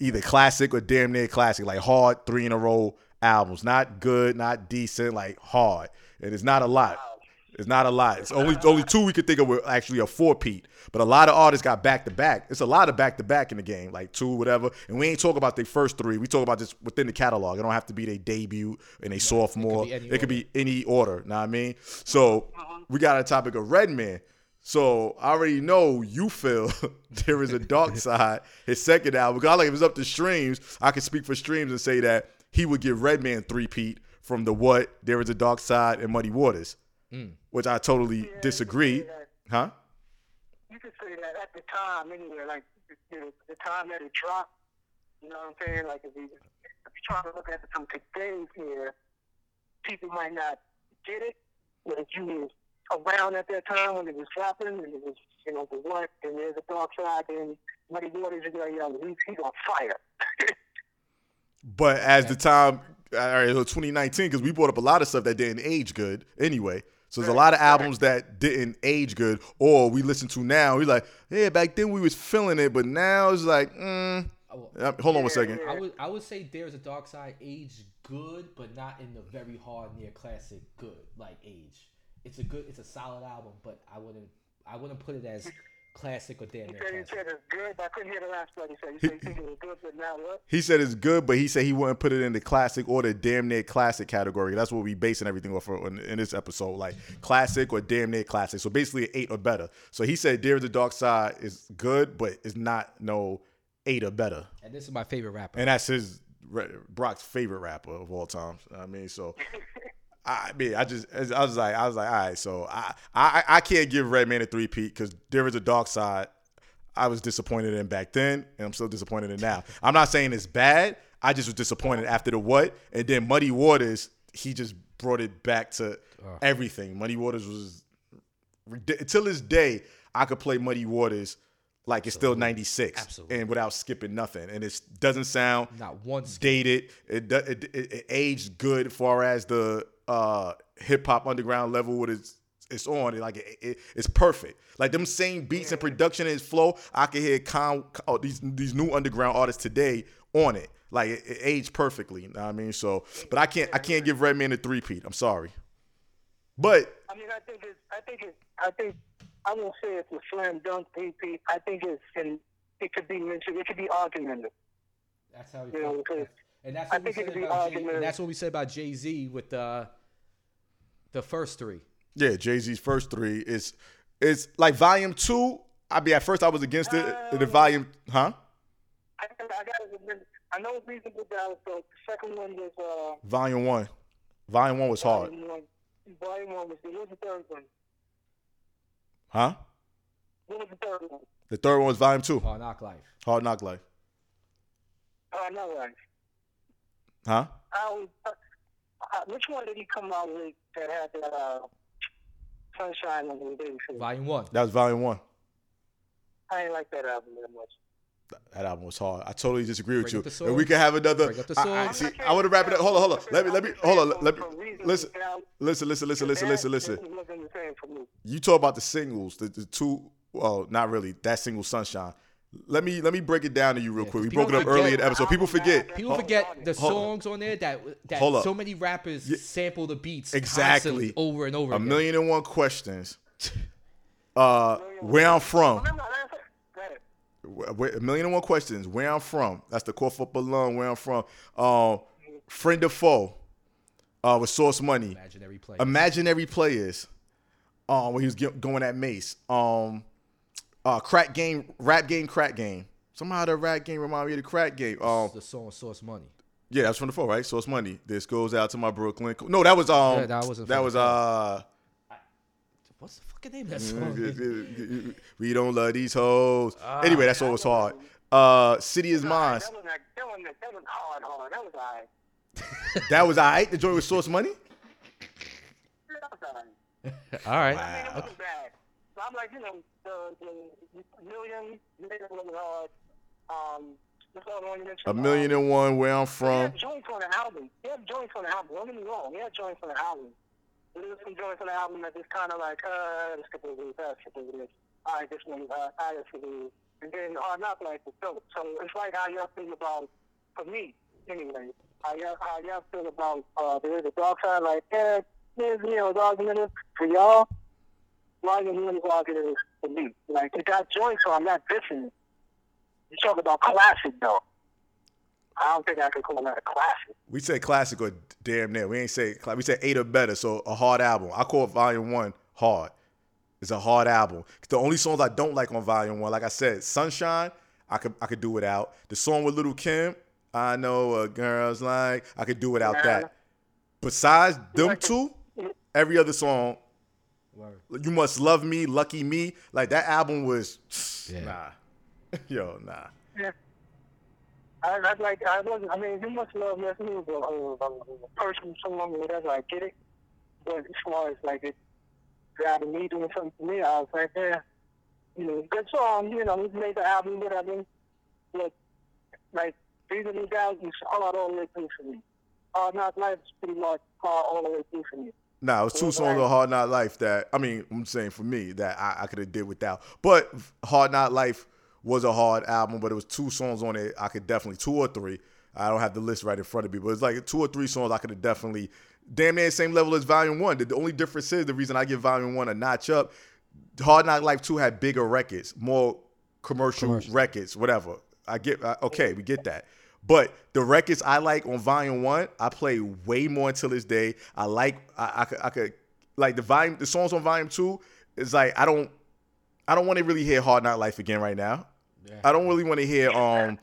B: either classic or damn near classic, like hard three in a row albums. Not good, not decent, like hard. And it's not a lot. It's not a lot. It's only only two we could think of were actually a four peat. But a lot of artists got back to back. It's a lot of back to back in the game, like two, whatever. And we ain't talking about their first three. We talk about just within the catalog. It don't have to be their debut and a sophomore.
A: be any
B: It could be any order. Know what I mean? So we got a topic of Redman. So I already know you feel [laughs] there is a dark side. His second album, because I like if it's up to streams, I can speak for streams and say that he would give Redman three peat from the what there is a dark side and Muddy Waters,
A: Mm.
B: which I totally disagree. Huh?
C: you could say that at the time anyway, like you know, the time that it dropped. You know what I'm saying? Like if you if you try to look at some today's here, people might not get it. But if you was around at that time when it was dropping and it was you know the what and there's a dark side and Muddy Waters is like, yo, he's he's on fire.
B: But as the time, all right, so 2019, because we brought up a lot of stuff that didn't age good anyway. So there's a lot of albums that didn't age good, or we listen to now. We're like, yeah, back then we was feeling it, but now it's like, mm.
A: I will-
B: Uh, hold on one second.
A: I would I would say there's a dark side age good, but not in the very hard near classic good like age. It's a good it's a solid album, but I wouldn't I wouldn't put it as classic or damn
C: He
A: near
C: said he
A: classic.
C: said it's good, but I couldn't hear the last part he said. He said he think it was good, but now what?
B: He said it's good, but he said he wouldn't put it in the classic or the damn near classic category. That's what we basing everything off of in, in this episode, like classic or damn near classic. So basically, an eight or better. So he said "Dear of the Dark Side" is good, but it's not no eight or better.
A: And this is my favorite rapper.
B: and that's his Brock's favorite rapper of all time. I mean, so I mean, I just I was like I was like, all right, so I I, I can't give Redman a three peat because there is a dark side. I was disappointed in back then, and I'm still disappointed in now. I'm not saying it's bad. I just was disappointed after the what, and then Muddy Waters. He just brought it back to everything. Muddy Waters was ridi- until this day. I could play Muddy Waters like it's still '96,
A: Absolutely.
B: and without skipping nothing. And it doesn't sound
A: Not one
B: it's dated. It, do- it, it, it aged good far as the uh, hip hop underground level what it's it's on. It, like it, it- it's perfect. Like them same beats and production and flow. I can hear con, oh, these these new underground artists today on it. Like it, it aged perfectly. You know what I mean, so but I can't I can't give Redman a three peat. I'm sorry, but
C: I mean, I think it's, I think it's, I think, I won't say it's a slam dunk DP. I think it's, and it could be mentioned, it could be argumented.
A: That's how we
C: You know,
A: felt.
C: because
A: And that's
C: I
A: what we
C: think it
A: said
C: could be
A: about Jay.
C: argument.
A: And that's what we said about Jay Z with the the first three.
B: yeah, Jay Z's first three is is like volume two. I be at first I was against it. The volume, huh?
C: I, I gotta remember, I know it's reasonable doubt, but the second one was, uh,
B: Volume one, volume one was hard.
C: Volume one, volume one was, what was the third one?
B: Huh?
C: What was the third one?
B: The third one was volume two.
A: Oh, knock life.
B: Hard knock life.
C: Oh, no, one.
B: Huh?
C: I always, uh, uh, which one did he come out with that had that, uh, Sunshine on the Baby Face?
A: Volume one.
B: That was volume one.
C: I didn't like that album that much.
B: That album was hard. I totally disagree with
A: Bring up the
B: you.
A: sword.
B: And we could have another.
A: Bring up the
B: I, I,
A: sword.
B: see, I want to wrap it up. Hold on, hold on. Let me, let me, hold on. Let me, listen, listen, listen, listen, listen, listen, listen.
C: It wasn't the same for me.
B: You talk about the singles, the, the two. Well, not really. That single, Sunshine. Let me, let me break it down to you real quick. We
A: people
B: broke it up
A: forget-
B: earlier in the episode. People forget.
A: People
C: Hold-
A: forget the
B: hold on.
A: songs on there that that
B: Hold up.
A: so many rappers sample the beats
B: Exactly.
A: constantly over and over.
B: A
A: again.
B: million and one questions. Uh, where I'm from.
C: Remember, that's it. That
B: Wh-
C: it.
B: wh- a million and one questions. Where I'm from. That's the core football alum. Where I'm from. Um, friend or foe. Uh, with source money.
A: imaginary play.
B: Imaginary players. Um, when he was get, going at Mace. Um, uh, crack game, rap game, crack game. Somehow the rap game reminded me of the crack game. Um,
A: the song source money.
B: yeah, that's from the four, right? Source money. This goes out to my Brooklyn. co- No, that was um,
A: Yeah, that wasn't
B: that
A: from
B: was
A: the
B: uh. [laughs]
A: What's the fucking name of that song?
B: we don't love these hoes. anyway, that's always hard. Uh, City is mine.
C: That was like- that one- that was hard, hard. That was all right.
B: That was I ate the joint with Source Money.
C: That was all right.
A: All right.
B: Ah,
C: I mean, it wasn't bad. So I'm like, you know, the, the million, million was hard. Um, this other one you mentioned,
B: A million
C: um,
B: and one. Where I'm
C: He
B: from.
C: had joints on the album. He had joints on the album. Don't get me wrong. He had joints on the album. There was some joints on the album that just kind of like, uh, let's skip over this, let's skip over this. All right, this one, uh, I just do. And then uh, Hard Knock Life was dope. So it's like how y'all feel about, for me, anyway, how y'all, how y'all feel about, uh, there is a dark side, like, yeah, there's, you know, it's argumentative for y'all. Volume one is argumentative for me. Like, it got joints, so I'm not dissing. it. You talk about classic, though. I don't think I could call that a classic.
B: We say classic or damn near. We ain't say cla- we say eight or better. So a hard album. I call Volume One hard. It's a hard album. The only songs I don't like on Volume One, like I said, Sunshine. I could I could do without the song with Little Kim. I know a girl's like I could do without
C: Nah.
B: that. Besides them two, every other song,
A: Word.
B: you must love me, lucky me. Like that album was
A: Yeah.
B: nah, [laughs] yo nah.
C: I, I like I wasn't. I mean, you must love Yes Me, but uh, the person, someone, whatever. I get it. But as far as like it grabbing me doing something to me, I was like, yeah, you know, good song. You know, we made the album, whatever. But like these are new guys, it's hard all the way through for me. Hard Not Life is pretty much hard all the way through for me.
B: Nah, it was two songs on Hard Not Life that I mean, I'm saying for me that I, I could have did without. But Hard Not Life was a hard album, but it was two songs on it I could definitely two or three. I don't have the list right in front of me, but it's like two or three songs I could have definitely damn near the same level as Volume One. The, the only difference is the reason I give Volume One a notch up. Hard Knock Life Two had bigger records, more commercial
D: Commercial.
B: records, whatever. I get I, okay, we get that. But the records I like on Volume One, I play way more until this day. I like I, I could I could like the volume the songs on Volume Two is like I don't I don't want to really hear Hard Knock Life again right now.
A: Yeah.
B: I don't really want to hear um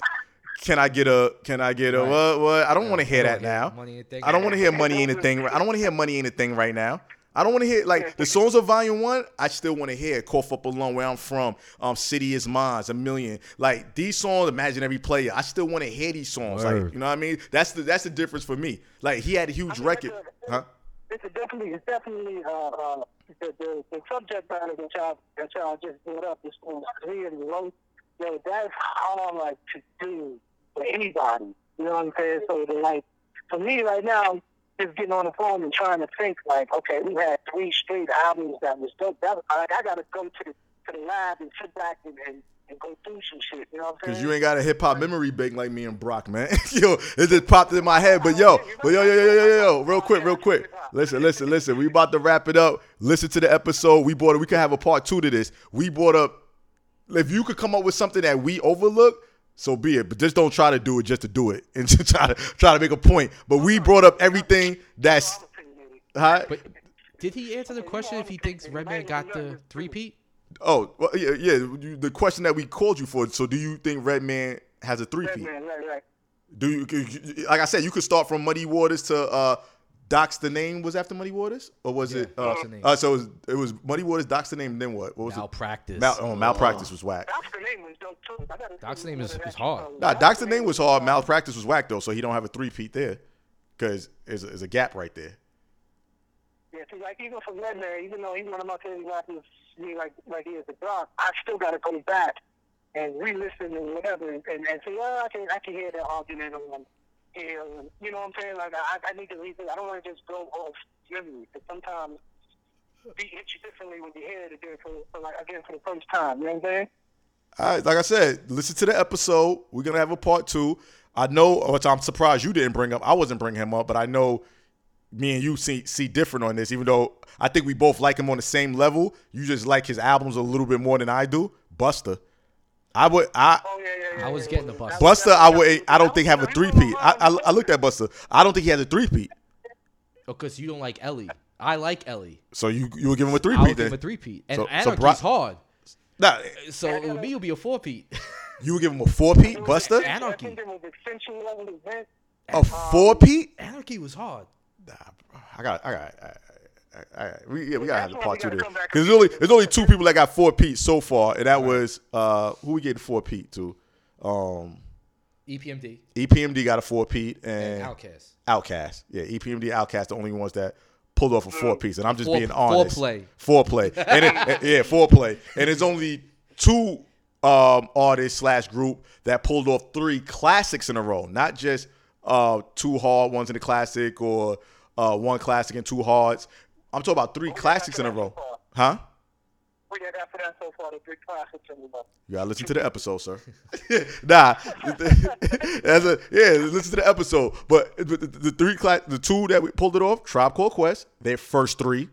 B: Can I get a Can I get a
A: Right.
B: what what I don't want to hear
A: Yeah,
B: that now.
A: Money and thing.
B: I don't want to hear money ain't a thing. I don't want to hear money ain't a thing right now. I don't want to hear like the songs of Volume One. I still want to hear "Cough Up Alone," where I'm from. Um, "City Is Mine," "A Million. Like these songs, "Imagine Every Player." I still want to hear these songs. Like
D: Word.
B: you know what I mean? That's the that's the difference for me. Like he had a huge
C: I mean, uh,
B: record,
C: that's a-
B: huh?
C: It's a definitely, it's definitely uh, uh, the, the the subject matter that y'all that y'all just brought up is on really low. Yo, that's hard like to do for anybody. You know what I'm saying? So they like for me right now, just getting on the phone and trying to think like, okay, we had three straight albums that was dope. That was, like I gotta go to the to the lab and sit back and, and, and go through some shit. You know what I'm saying?
B: Cause you ain't got a hip hop memory bank like me and Brock, man. [laughs] yo, it just popped in my head. But yo, but yo, yo, yo, yo, yo, yo, real quick, real quick. Listen, listen, listen. We about to wrap it up. Listen to the episode. We brought. We could have a part two to this. We brought up. If you could come up with something that we overlook, so be it. But just don't try to do it just to do it and [laughs] just try to try to make a point. But we brought up everything that's huh?
A: But did he answer the question if he thinks Redman got the three peat?
B: Oh, well, yeah, yeah. you- The question that we called you for. So, do you think Redman has a three
C: Right,
B: peat?
C: man, right, right.
B: Do you, could you- like I said, you could start from Muddy Waters to uh, Doc's the name was after Muddy Waters, or was
A: Yeah,
B: it? Uh,
A: Doc's the Name.
B: uh, so it was, it was Muddy Waters, Doc's the name. Then what? What was it?
A: Malpractice.
B: Mal, oh, malpractice was whack.
C: Doc's the name was dope too. I gotta
A: Doc's
C: see
A: name is-
C: whether
A: is
C: that's-
A: hard.
B: Nah, Doc's the name was hard. Malpractice was whack though, so he don't have a three peat there, because there's a, is a gap right there.
C: Yeah, see, like even for Redman, even though he's one of my favorite rappers, he like like he is the Bronx, I still gotta go back and re-listen and whatever, and, and, and say, well, I can I can hear that argument on here, and, you know what I'm saying? Like I I need to reason. I don't want to just go off memory because sometimes beat hits you differently when you hear it again for, for like again for the first time. You know what I'm saying?
B: All right, like I said, listen to the episode. We're gonna have a part two. I know, which I'm surprised you didn't bring up. I wasn't bringing him up, but I know me and you see see different on this. Even though I think we both like him on the same level, you just like his albums a little bit more than I do. Buster, I would, I
C: Oh yeah, yeah, yeah.
A: I was
C: yeah,
A: getting the
C: yeah.
A: bus.
C: That was-
B: Buster,
C: that
B: I
C: was-
B: would, I don't think have a
C: that was-
B: three peat. I, I I looked at Buster. I don't think he has a three peat.
A: Because Oh, you don't like Ellie. I like Ellie.
B: So you you would give him a three
A: I would
B: peat
A: give him a
B: then?
A: three peat. And
B: So- so
A: Anarchy's
B: Brock-
A: hard.
B: Nah,
A: So with me, it'll be a four peat.
B: you would give him a four peat, Buster.
A: An-
C: I think it was Accenture level event.
B: A four peat?
A: [laughs] Anarchy was hard.
B: Nah, bro. I got, I got, I, I, I, we, yeah, we gotta have
C: That's
B: the
C: why
B: part
C: we
B: two
C: gotta
B: there
C: come back
B: because
C: and-
B: there's only there's only two people that got four Pete so far, and that was uh who we getting four Pete to, um E
A: EPMD.
B: EPMD got a four Pete and,
A: And Outcast.
B: Outcast, yeah, E EPMD Outcast the only ones that pulled off a four piece, and I'm just
A: Fore-
B: being honest,
A: foreplay.
B: foreplay, and it, yeah, foreplay, and it's only two um artists slash group that pulled off three classics in a row, not just uh two hard ones in the classic or uh one classic and two hards. I'm talking about three classics in a row, huh?
C: We did after that so far the big classics in the month.
B: You gotta listen to the episode, sir. [laughs] nah, [laughs] that's a yeah. Listen to the episode. But the, the, the three class, the two that we pulled it off, Tribe Called Quest, their first three.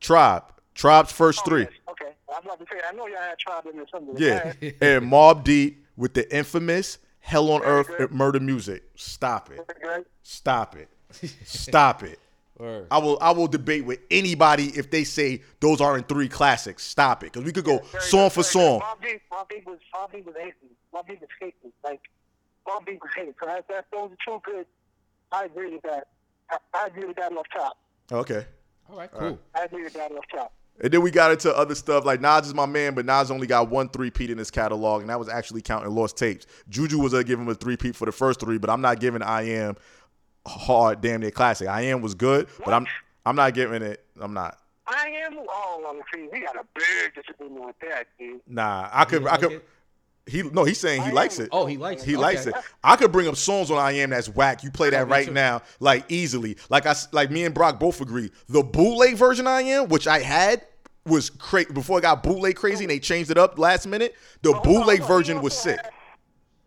B: Tribe, Tribe's
C: Oh,
B: first three.
C: Okay. I'm about to say I know y'all had tribe in there somewhere.
B: Yeah, and Mob Deep with the infamous Hell on Earth and Murder Music. Stop it!
C: Right?
B: Stop it! Stop it!
A: Or
B: I will I will debate with anybody if they say those aren't three classics. Stop it, because we could go
C: Very
B: Oh, song
C: good,
B: for
C: very
B: song.
C: good. Mobb Deep, Mobb Deep was Mobb Deep was hating. Mobb Deep was hating. Like Mobb Deep was hating. So that, that those are two good. I agree with that. I, I agree with that off top.
B: Okay.
A: all right, cool.
C: I agree with that off top.
B: And then we got into other stuff like Nas is my man, but Nas only got one three peat in his catalog, and that was actually counting lost tapes. Juju was uh, giving him a three peat for the first three, but I'm not giving I am hard damn near classic. I am was good, but I'm I'm not giving it. I'm not.
C: I am all on the team. We got a big disagreement with that, dude.
B: Nah, I could I
A: like
B: could.
A: it?
B: He no, he's saying he
C: I
B: likes
C: am-
B: it.
A: Oh, he likes it.
B: He
A: Okay.
B: likes it. I could bring up songs on I Am that's whack. You play that
A: me
B: right
A: too.
B: now, like easily. Like I s- like me and Brock both agree. The bootleg version I Am, which I had, was crazy before it got bootleg crazy and they changed it up last minute. The
C: Oh, Hold on,
B: bootleg
C: hold on.
B: version
C: He
B: was
C: also
B: sick.
C: had-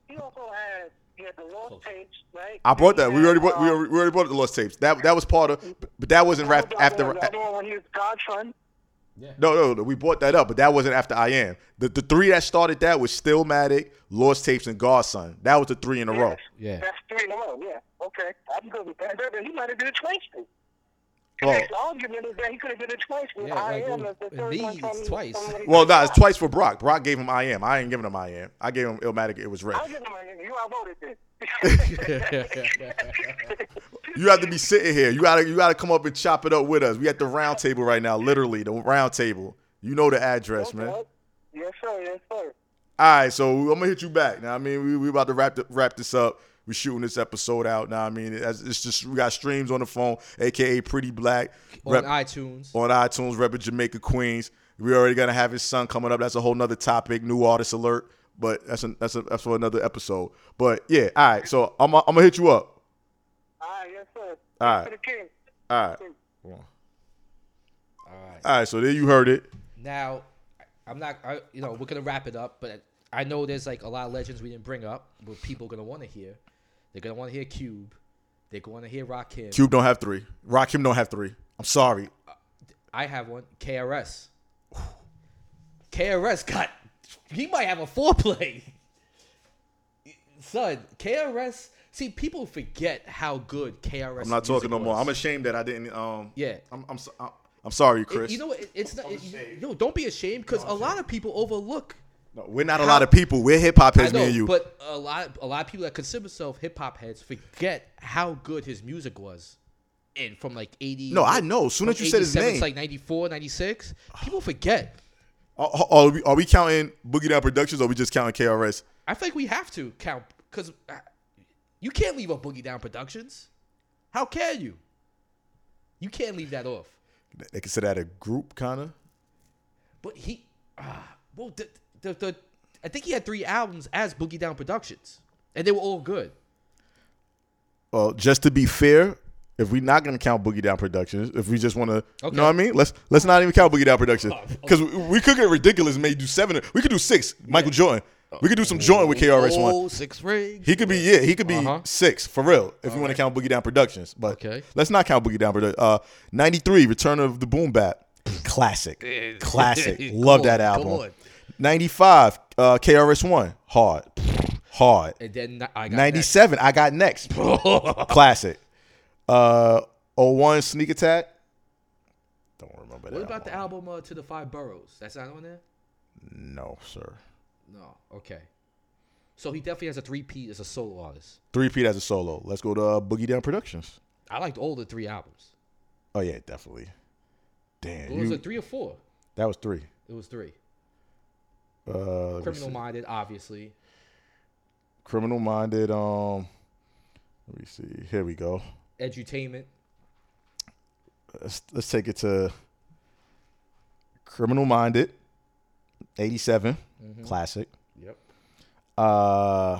C: He also had he had the lost tapes, right?
B: I brought that.
C: He
B: We already
C: had,
B: brought, we
C: um,
B: already we already brought the lost tapes. That that was part of, but that wasn't
C: What
B: rap
C: was the
B: after.
C: other one? The other one when he was Godson.
D: Yeah.
B: No, no, no, we brought that up, but that wasn't after I am. The the three that started that was Stillmatic, Lost Tapes, and Godson. That was the three in a row.
A: Yeah.
C: That's three in a row, yeah. Okay. I'm good with that. Then he might have been a twister.
B: Well-
C: the argument is that he could have been a twister.
A: Yeah,
C: I
A: like,
C: am
A: well,
C: as the
A: in
C: third one
A: these,
C: from-
A: it's twice.
C: from when he
B: Well,
C: got
B: no, it's
C: shot.
B: twice for Brock. Brock gave him I am. I ain't giving him I am. I gave him Illmatic. It was red.
C: I'll give him my name. You outvoted this.
B: [laughs] You
C: [laughs]
B: have to be sitting here. You gotta you gotta come up and chop it up with us. We at the round table right now, literally the round table. You know the address, man. All
C: Yes, sir. Yes, sir.
B: right, so I'm gonna hit you back. Now I mean we, we about to wrap the, wrap this up. We shooting this episode out. Now I mean it's, it's just we got streams on the phone, aka Pretty Black
A: On
B: Rep-
A: iTunes.
B: on iTunes, repping Jamaica Queens. We already gonna have his son coming up. That's a whole nother topic. New artist alert, but that's a, that's a, that's for another episode. But yeah, all right. So I'm I'm gonna hit you up.
C: All right. Yes, sir.
B: All
C: To
B: right,
C: the king.
B: all right,
A: All right.
B: all right. So there you heard it.
A: Now, I- I'm not. I, you know, we're gonna wrap it up, but I know there's like a lot of legends we didn't bring up, but people gonna want to hear. They're gonna want to hear Cube. They're gonna hear Rakim.
B: Cube don't have three. Rakim don't have three. I'm sorry.
A: I have one. KRS. KRS got. He might have a foreplay. Son, KRS. See, people forget how good KRS.
B: I'm not talking no more. I'm
A: a.
B: ashamed that I didn't. Um.
A: Yeah.
B: I'm I'm so- I'm, I'm sorry,
A: It-
B: Chris.
A: you know what? It, it's not. It, you- no, don't be ashamed because a lot of people overlook.
B: No, we're not a lot of people. We're hip hop
A: I
B: heads, me
A: know,
B: and you.
A: but a lot, a lot of people that consider themselves hip hop heads forget how good his music was, and from like eighty.
B: no, I know. As soon as you said his
A: 87
B: name,
A: to, like 94, 96, people forget.
B: are, are, we, are we counting Boogie Down Productions or are we just counting KRS?
A: I feel like we have to count because you can't leave up Boogie Down Productions. How can you? You can't leave that off.
B: They consider that a group, kind of.
A: But he, uh, well, the, the the I think he had three albums as Boogie Down Productions, and they were all good.
B: Well, just to be fair, if we're not gonna count Boogie Down Productions, if we just want to,
A: Okay. Oh,
B: you know what I mean? Let's let's not even count Boogie Down Productions because we, we could get ridiculous. and Maybe do seven. We could do six. Michael Jordan. We could do some Jordan with KRS One.
A: Oh, six rings.
B: He could be yeah. He could be
A: Uh-huh.
B: six for real if you want to count Boogie Down Productions. But
A: Okay.
B: let's not count Boogie Down Productions. Uh, ninety three, Return of the Boom Bat,
A: [laughs]
B: classic, classic.
A: Come
B: Love that
A: on, come
B: album.
A: on.
B: Ninety five, uh, KRS One, hard, hard.
A: And then I got
B: Ninety
A: next.
B: seven, I got
A: [laughs]
B: next, classic. Uh, 01 Sneak Attack. Don't remember that.
A: What about the
B: album?
A: album uh, to the Five Boroughs? That's not on there.
B: No, sir.
A: No. Okay. So he definitely has a three P as a solo artist.
B: Three Pete as a solo. Let's go to uh, Boogie Down Productions.
A: I liked all the three albums.
B: Oh yeah, definitely. Damn,
A: It was
B: you-
A: it three or four?
B: that was three.
A: It was three.
B: Uh, let me
A: Criminal Minded, obviously.
B: criminal minded. Um, let me see. Here we go.
A: Edutainment.
B: Let's, let's take it to criminal minded. Eighty-seven,
A: Mm-hmm.
B: classic.
A: Yep.
B: Uh,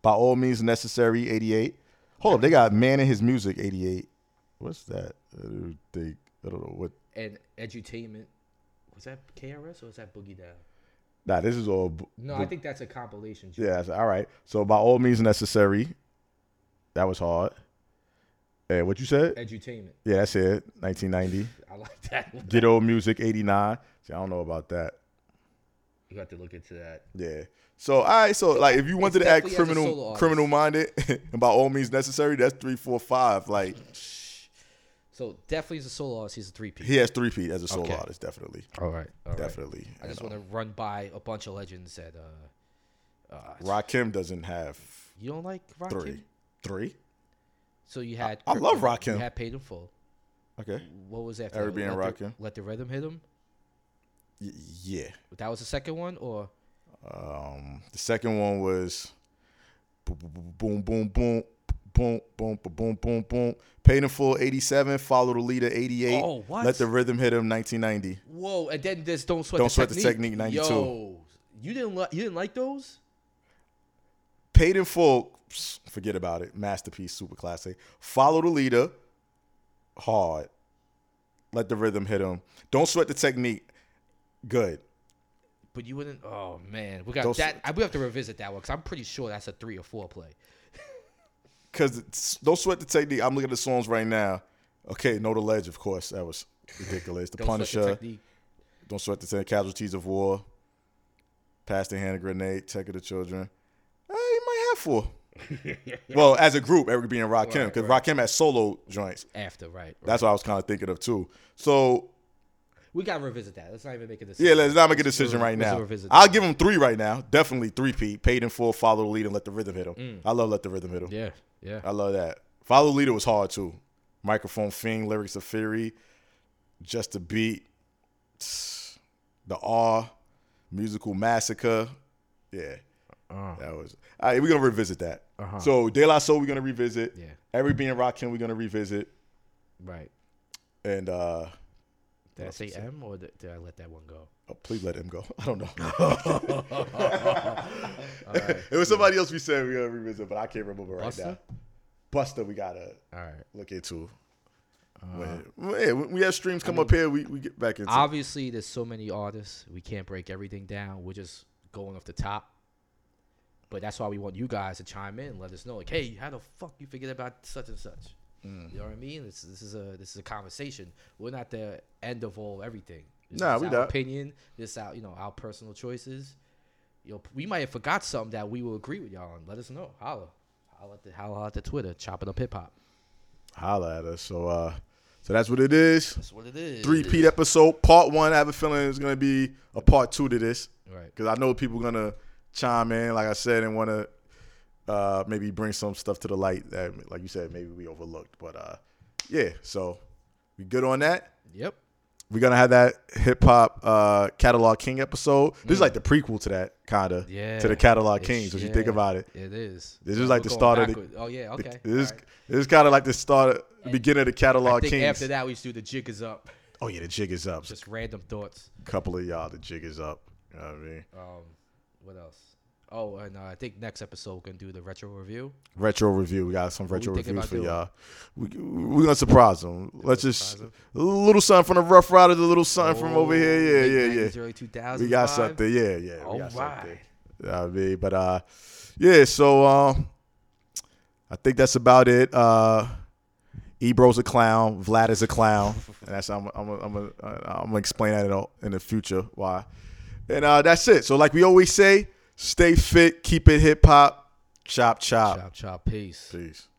B: by all means necessary. Eighty-eight. Hold up, they got man in his music. Eighty-eight. What's that? I don't think I don't know what.
A: And Edutainment. Was that KRS or was that Boogie Down?
B: Nah, this is all. b-
A: No, I think that's a compilation.
B: Yeah, that's- all right. So by all means necessary. That was hard. And what you said?
A: Edutainment.
B: Yeah, that's it. 1990.
A: I like that one.
B: Ghetto Music 89. See, I don't know about that.
A: [laughs] You have to look into that.
B: Yeah. So all right, so like if you wanted
A: It's
B: to act
A: definitely as a solo
B: criminal
A: artist.
B: criminal minded [laughs] and by all means necessary, that's three, four, five. Like
A: So definitely as a solo artist, he's a three P.
B: he has three feet as a solo
A: Okay.
B: artist, definitely.
A: All right. All right.
B: Definitely.
A: I just
B: You
A: want to run by a bunch of legends that uh,
B: know. uh, Rakim doesn't have
A: you don't like. Rock
B: three. Three?
A: So you had
B: I love
A: Kryptonite, You
B: Rakim.
A: had Paid in Full.
B: Okay.
A: What was after?
B: Eric B and
A: Let the-
B: Rakim.
A: Let the rhythm hit him.
B: Y- yeah.
A: That was the second one, or
B: Um the second one was bo- bo- bo- boom boom boom boom boom bo- boom boom boom. Paid in full 87, follow the leader 88.
A: Oh, what?
B: Let the rhythm hit him 1990.
A: whoa, and then this don't sweat.
B: Don't
A: the
B: Sweat the
A: technique.
B: Technique, 92.
A: Yo, you didn't li- you didn't like those?
B: Paid in full, pss, forget about it. Masterpiece, super classic. Follow the leader, hard. Let the rhythm hit him. Don't sweat the technique. Good.
A: But you wouldn't. Oh man, we got
B: Don't
A: that. I, we have to revisit that one because I'm pretty sure that's a three or four play.
B: Because don't sweat the technique. I'm looking at the songs right now. Okay, No the Ledge, of course. That was ridiculous. The
A: Don't Sweat the
B: Punisher.
A: Technique.
B: Don't sweat the ten casualties of war. Pass the hand a grenade. Take it to children. Eh, you might have
A: [laughs]
B: four. Well, as a group, Eric being Rakim, because Rakim has solo joints.
A: After, right. right.
B: That's what I was kind of thinking of too. So
A: We got to revisit that. Let's not even make a decision.
B: yeah, let's not make a decision
A: Let's
B: right now.
A: revisit
B: I'll
A: that.
B: give him three right now. Definitely three. P. Paid in full. Follow the lead and let the rhythm hit him.
A: Mm.
B: I love let the rhythm hit him.
A: Yeah, yeah.
B: I love that. Follow the leader was hard too. Microphone Fiend, lyrics of Fury, just a beat, [sighs] the R, musical massacre. Yeah,
A: Uh.
B: that was. All right, we're gonna revisit that. So De La Soul, we're gonna revisit.
A: Uh-huh. Yeah.
B: Every being Rakim, we're gonna revisit.
A: Right.
B: And uh
A: Did I say M or did, did I let that one go?
B: oh, please let him go. [laughs] I don't
A: [laughs]
B: know. [laughs] it was somebody else we said we are gonna revisit, but I can't remember right
A: Busta?
B: now. Buster, we gotta
A: All right.
B: look into.
A: Uh-huh.
B: When- well, yeah, when we have streams come up here. We, we get back into. it.
A: Obviously, there's so many artists. We can't break everything down. We're just going off the top. But that's why we want you guys to chime in and let us know, like, hey, how the fuck you forget about such and such?
B: Mm.
A: You know what I mean? This, this is a this is a conversation. We're not the end of all everything. This
B: Nah,
A: is
B: we
A: our
B: not.
A: opinion. This our you know our personal choices. You know, we might have forgot something that we will agree with y'all on. Let us know. Holla, holla at the holla at the Twitter. Chopping up hip hop.
B: Holla at us. So uh, so that's what it is.
A: That's what it is.
B: Three peat episode, part one. I have a feeling it's gonna be a part two to this
A: Right.
B: because I know people gonna chime in, like I said, and wanna uh maybe bring some stuff to the light that, like you said, maybe we overlooked. But uh, yeah. So we good on that.
A: Yep.
B: We're gonna have that hip hop uh catalog king episode. This is like the prequel to that kinda.
A: Mm. Yeah.
B: To the catalog
A: It's-
B: kings. If you think
A: yeah.
B: about it.
A: It is.
B: This is
A: Oh,
B: like
A: we're
B: the
A: going
B: start of the-
A: backward. Oh yeah, okay.
B: [laughs] This is,
A: All right.
B: this is kind of like the start, of, the beginning of the
A: I
B: catalog
A: think
B: kings.
A: after that we should do the jig is up.
B: Oh yeah, the jig is up.
A: Just random thoughts.
B: a couple of y'all, the jig is up. You know what I mean?
A: Um, what else? Oh, and uh, I think next episode we're gonna do the retro review.
B: Retro review. We got some
A: we
B: retro
A: thinking
B: reviews
A: about
B: for
A: doing?
B: y'all. We, we're gonna surprise them. Let's just
A: surprise Oh,
B: a little something from the Rough Riders, a little something from over here. Yeah,
A: late
B: yeah, yeah.
A: 90s, Early 2000s.
B: We got something. Yeah, yeah.
A: All
B: we got something.
A: right.
B: You know what I mean? But uh, yeah. So um, I think that's about it. Uh, Ebro's a clown. Vlad is a clown. and that's I'm I'm I'm I'm, uh, I'm gonna explain that in, all- in the future why. And uh, that's it. So like we always say, stay fit, keep it hip hop, chop chop.
A: Chop chop. Peace.
B: Peace.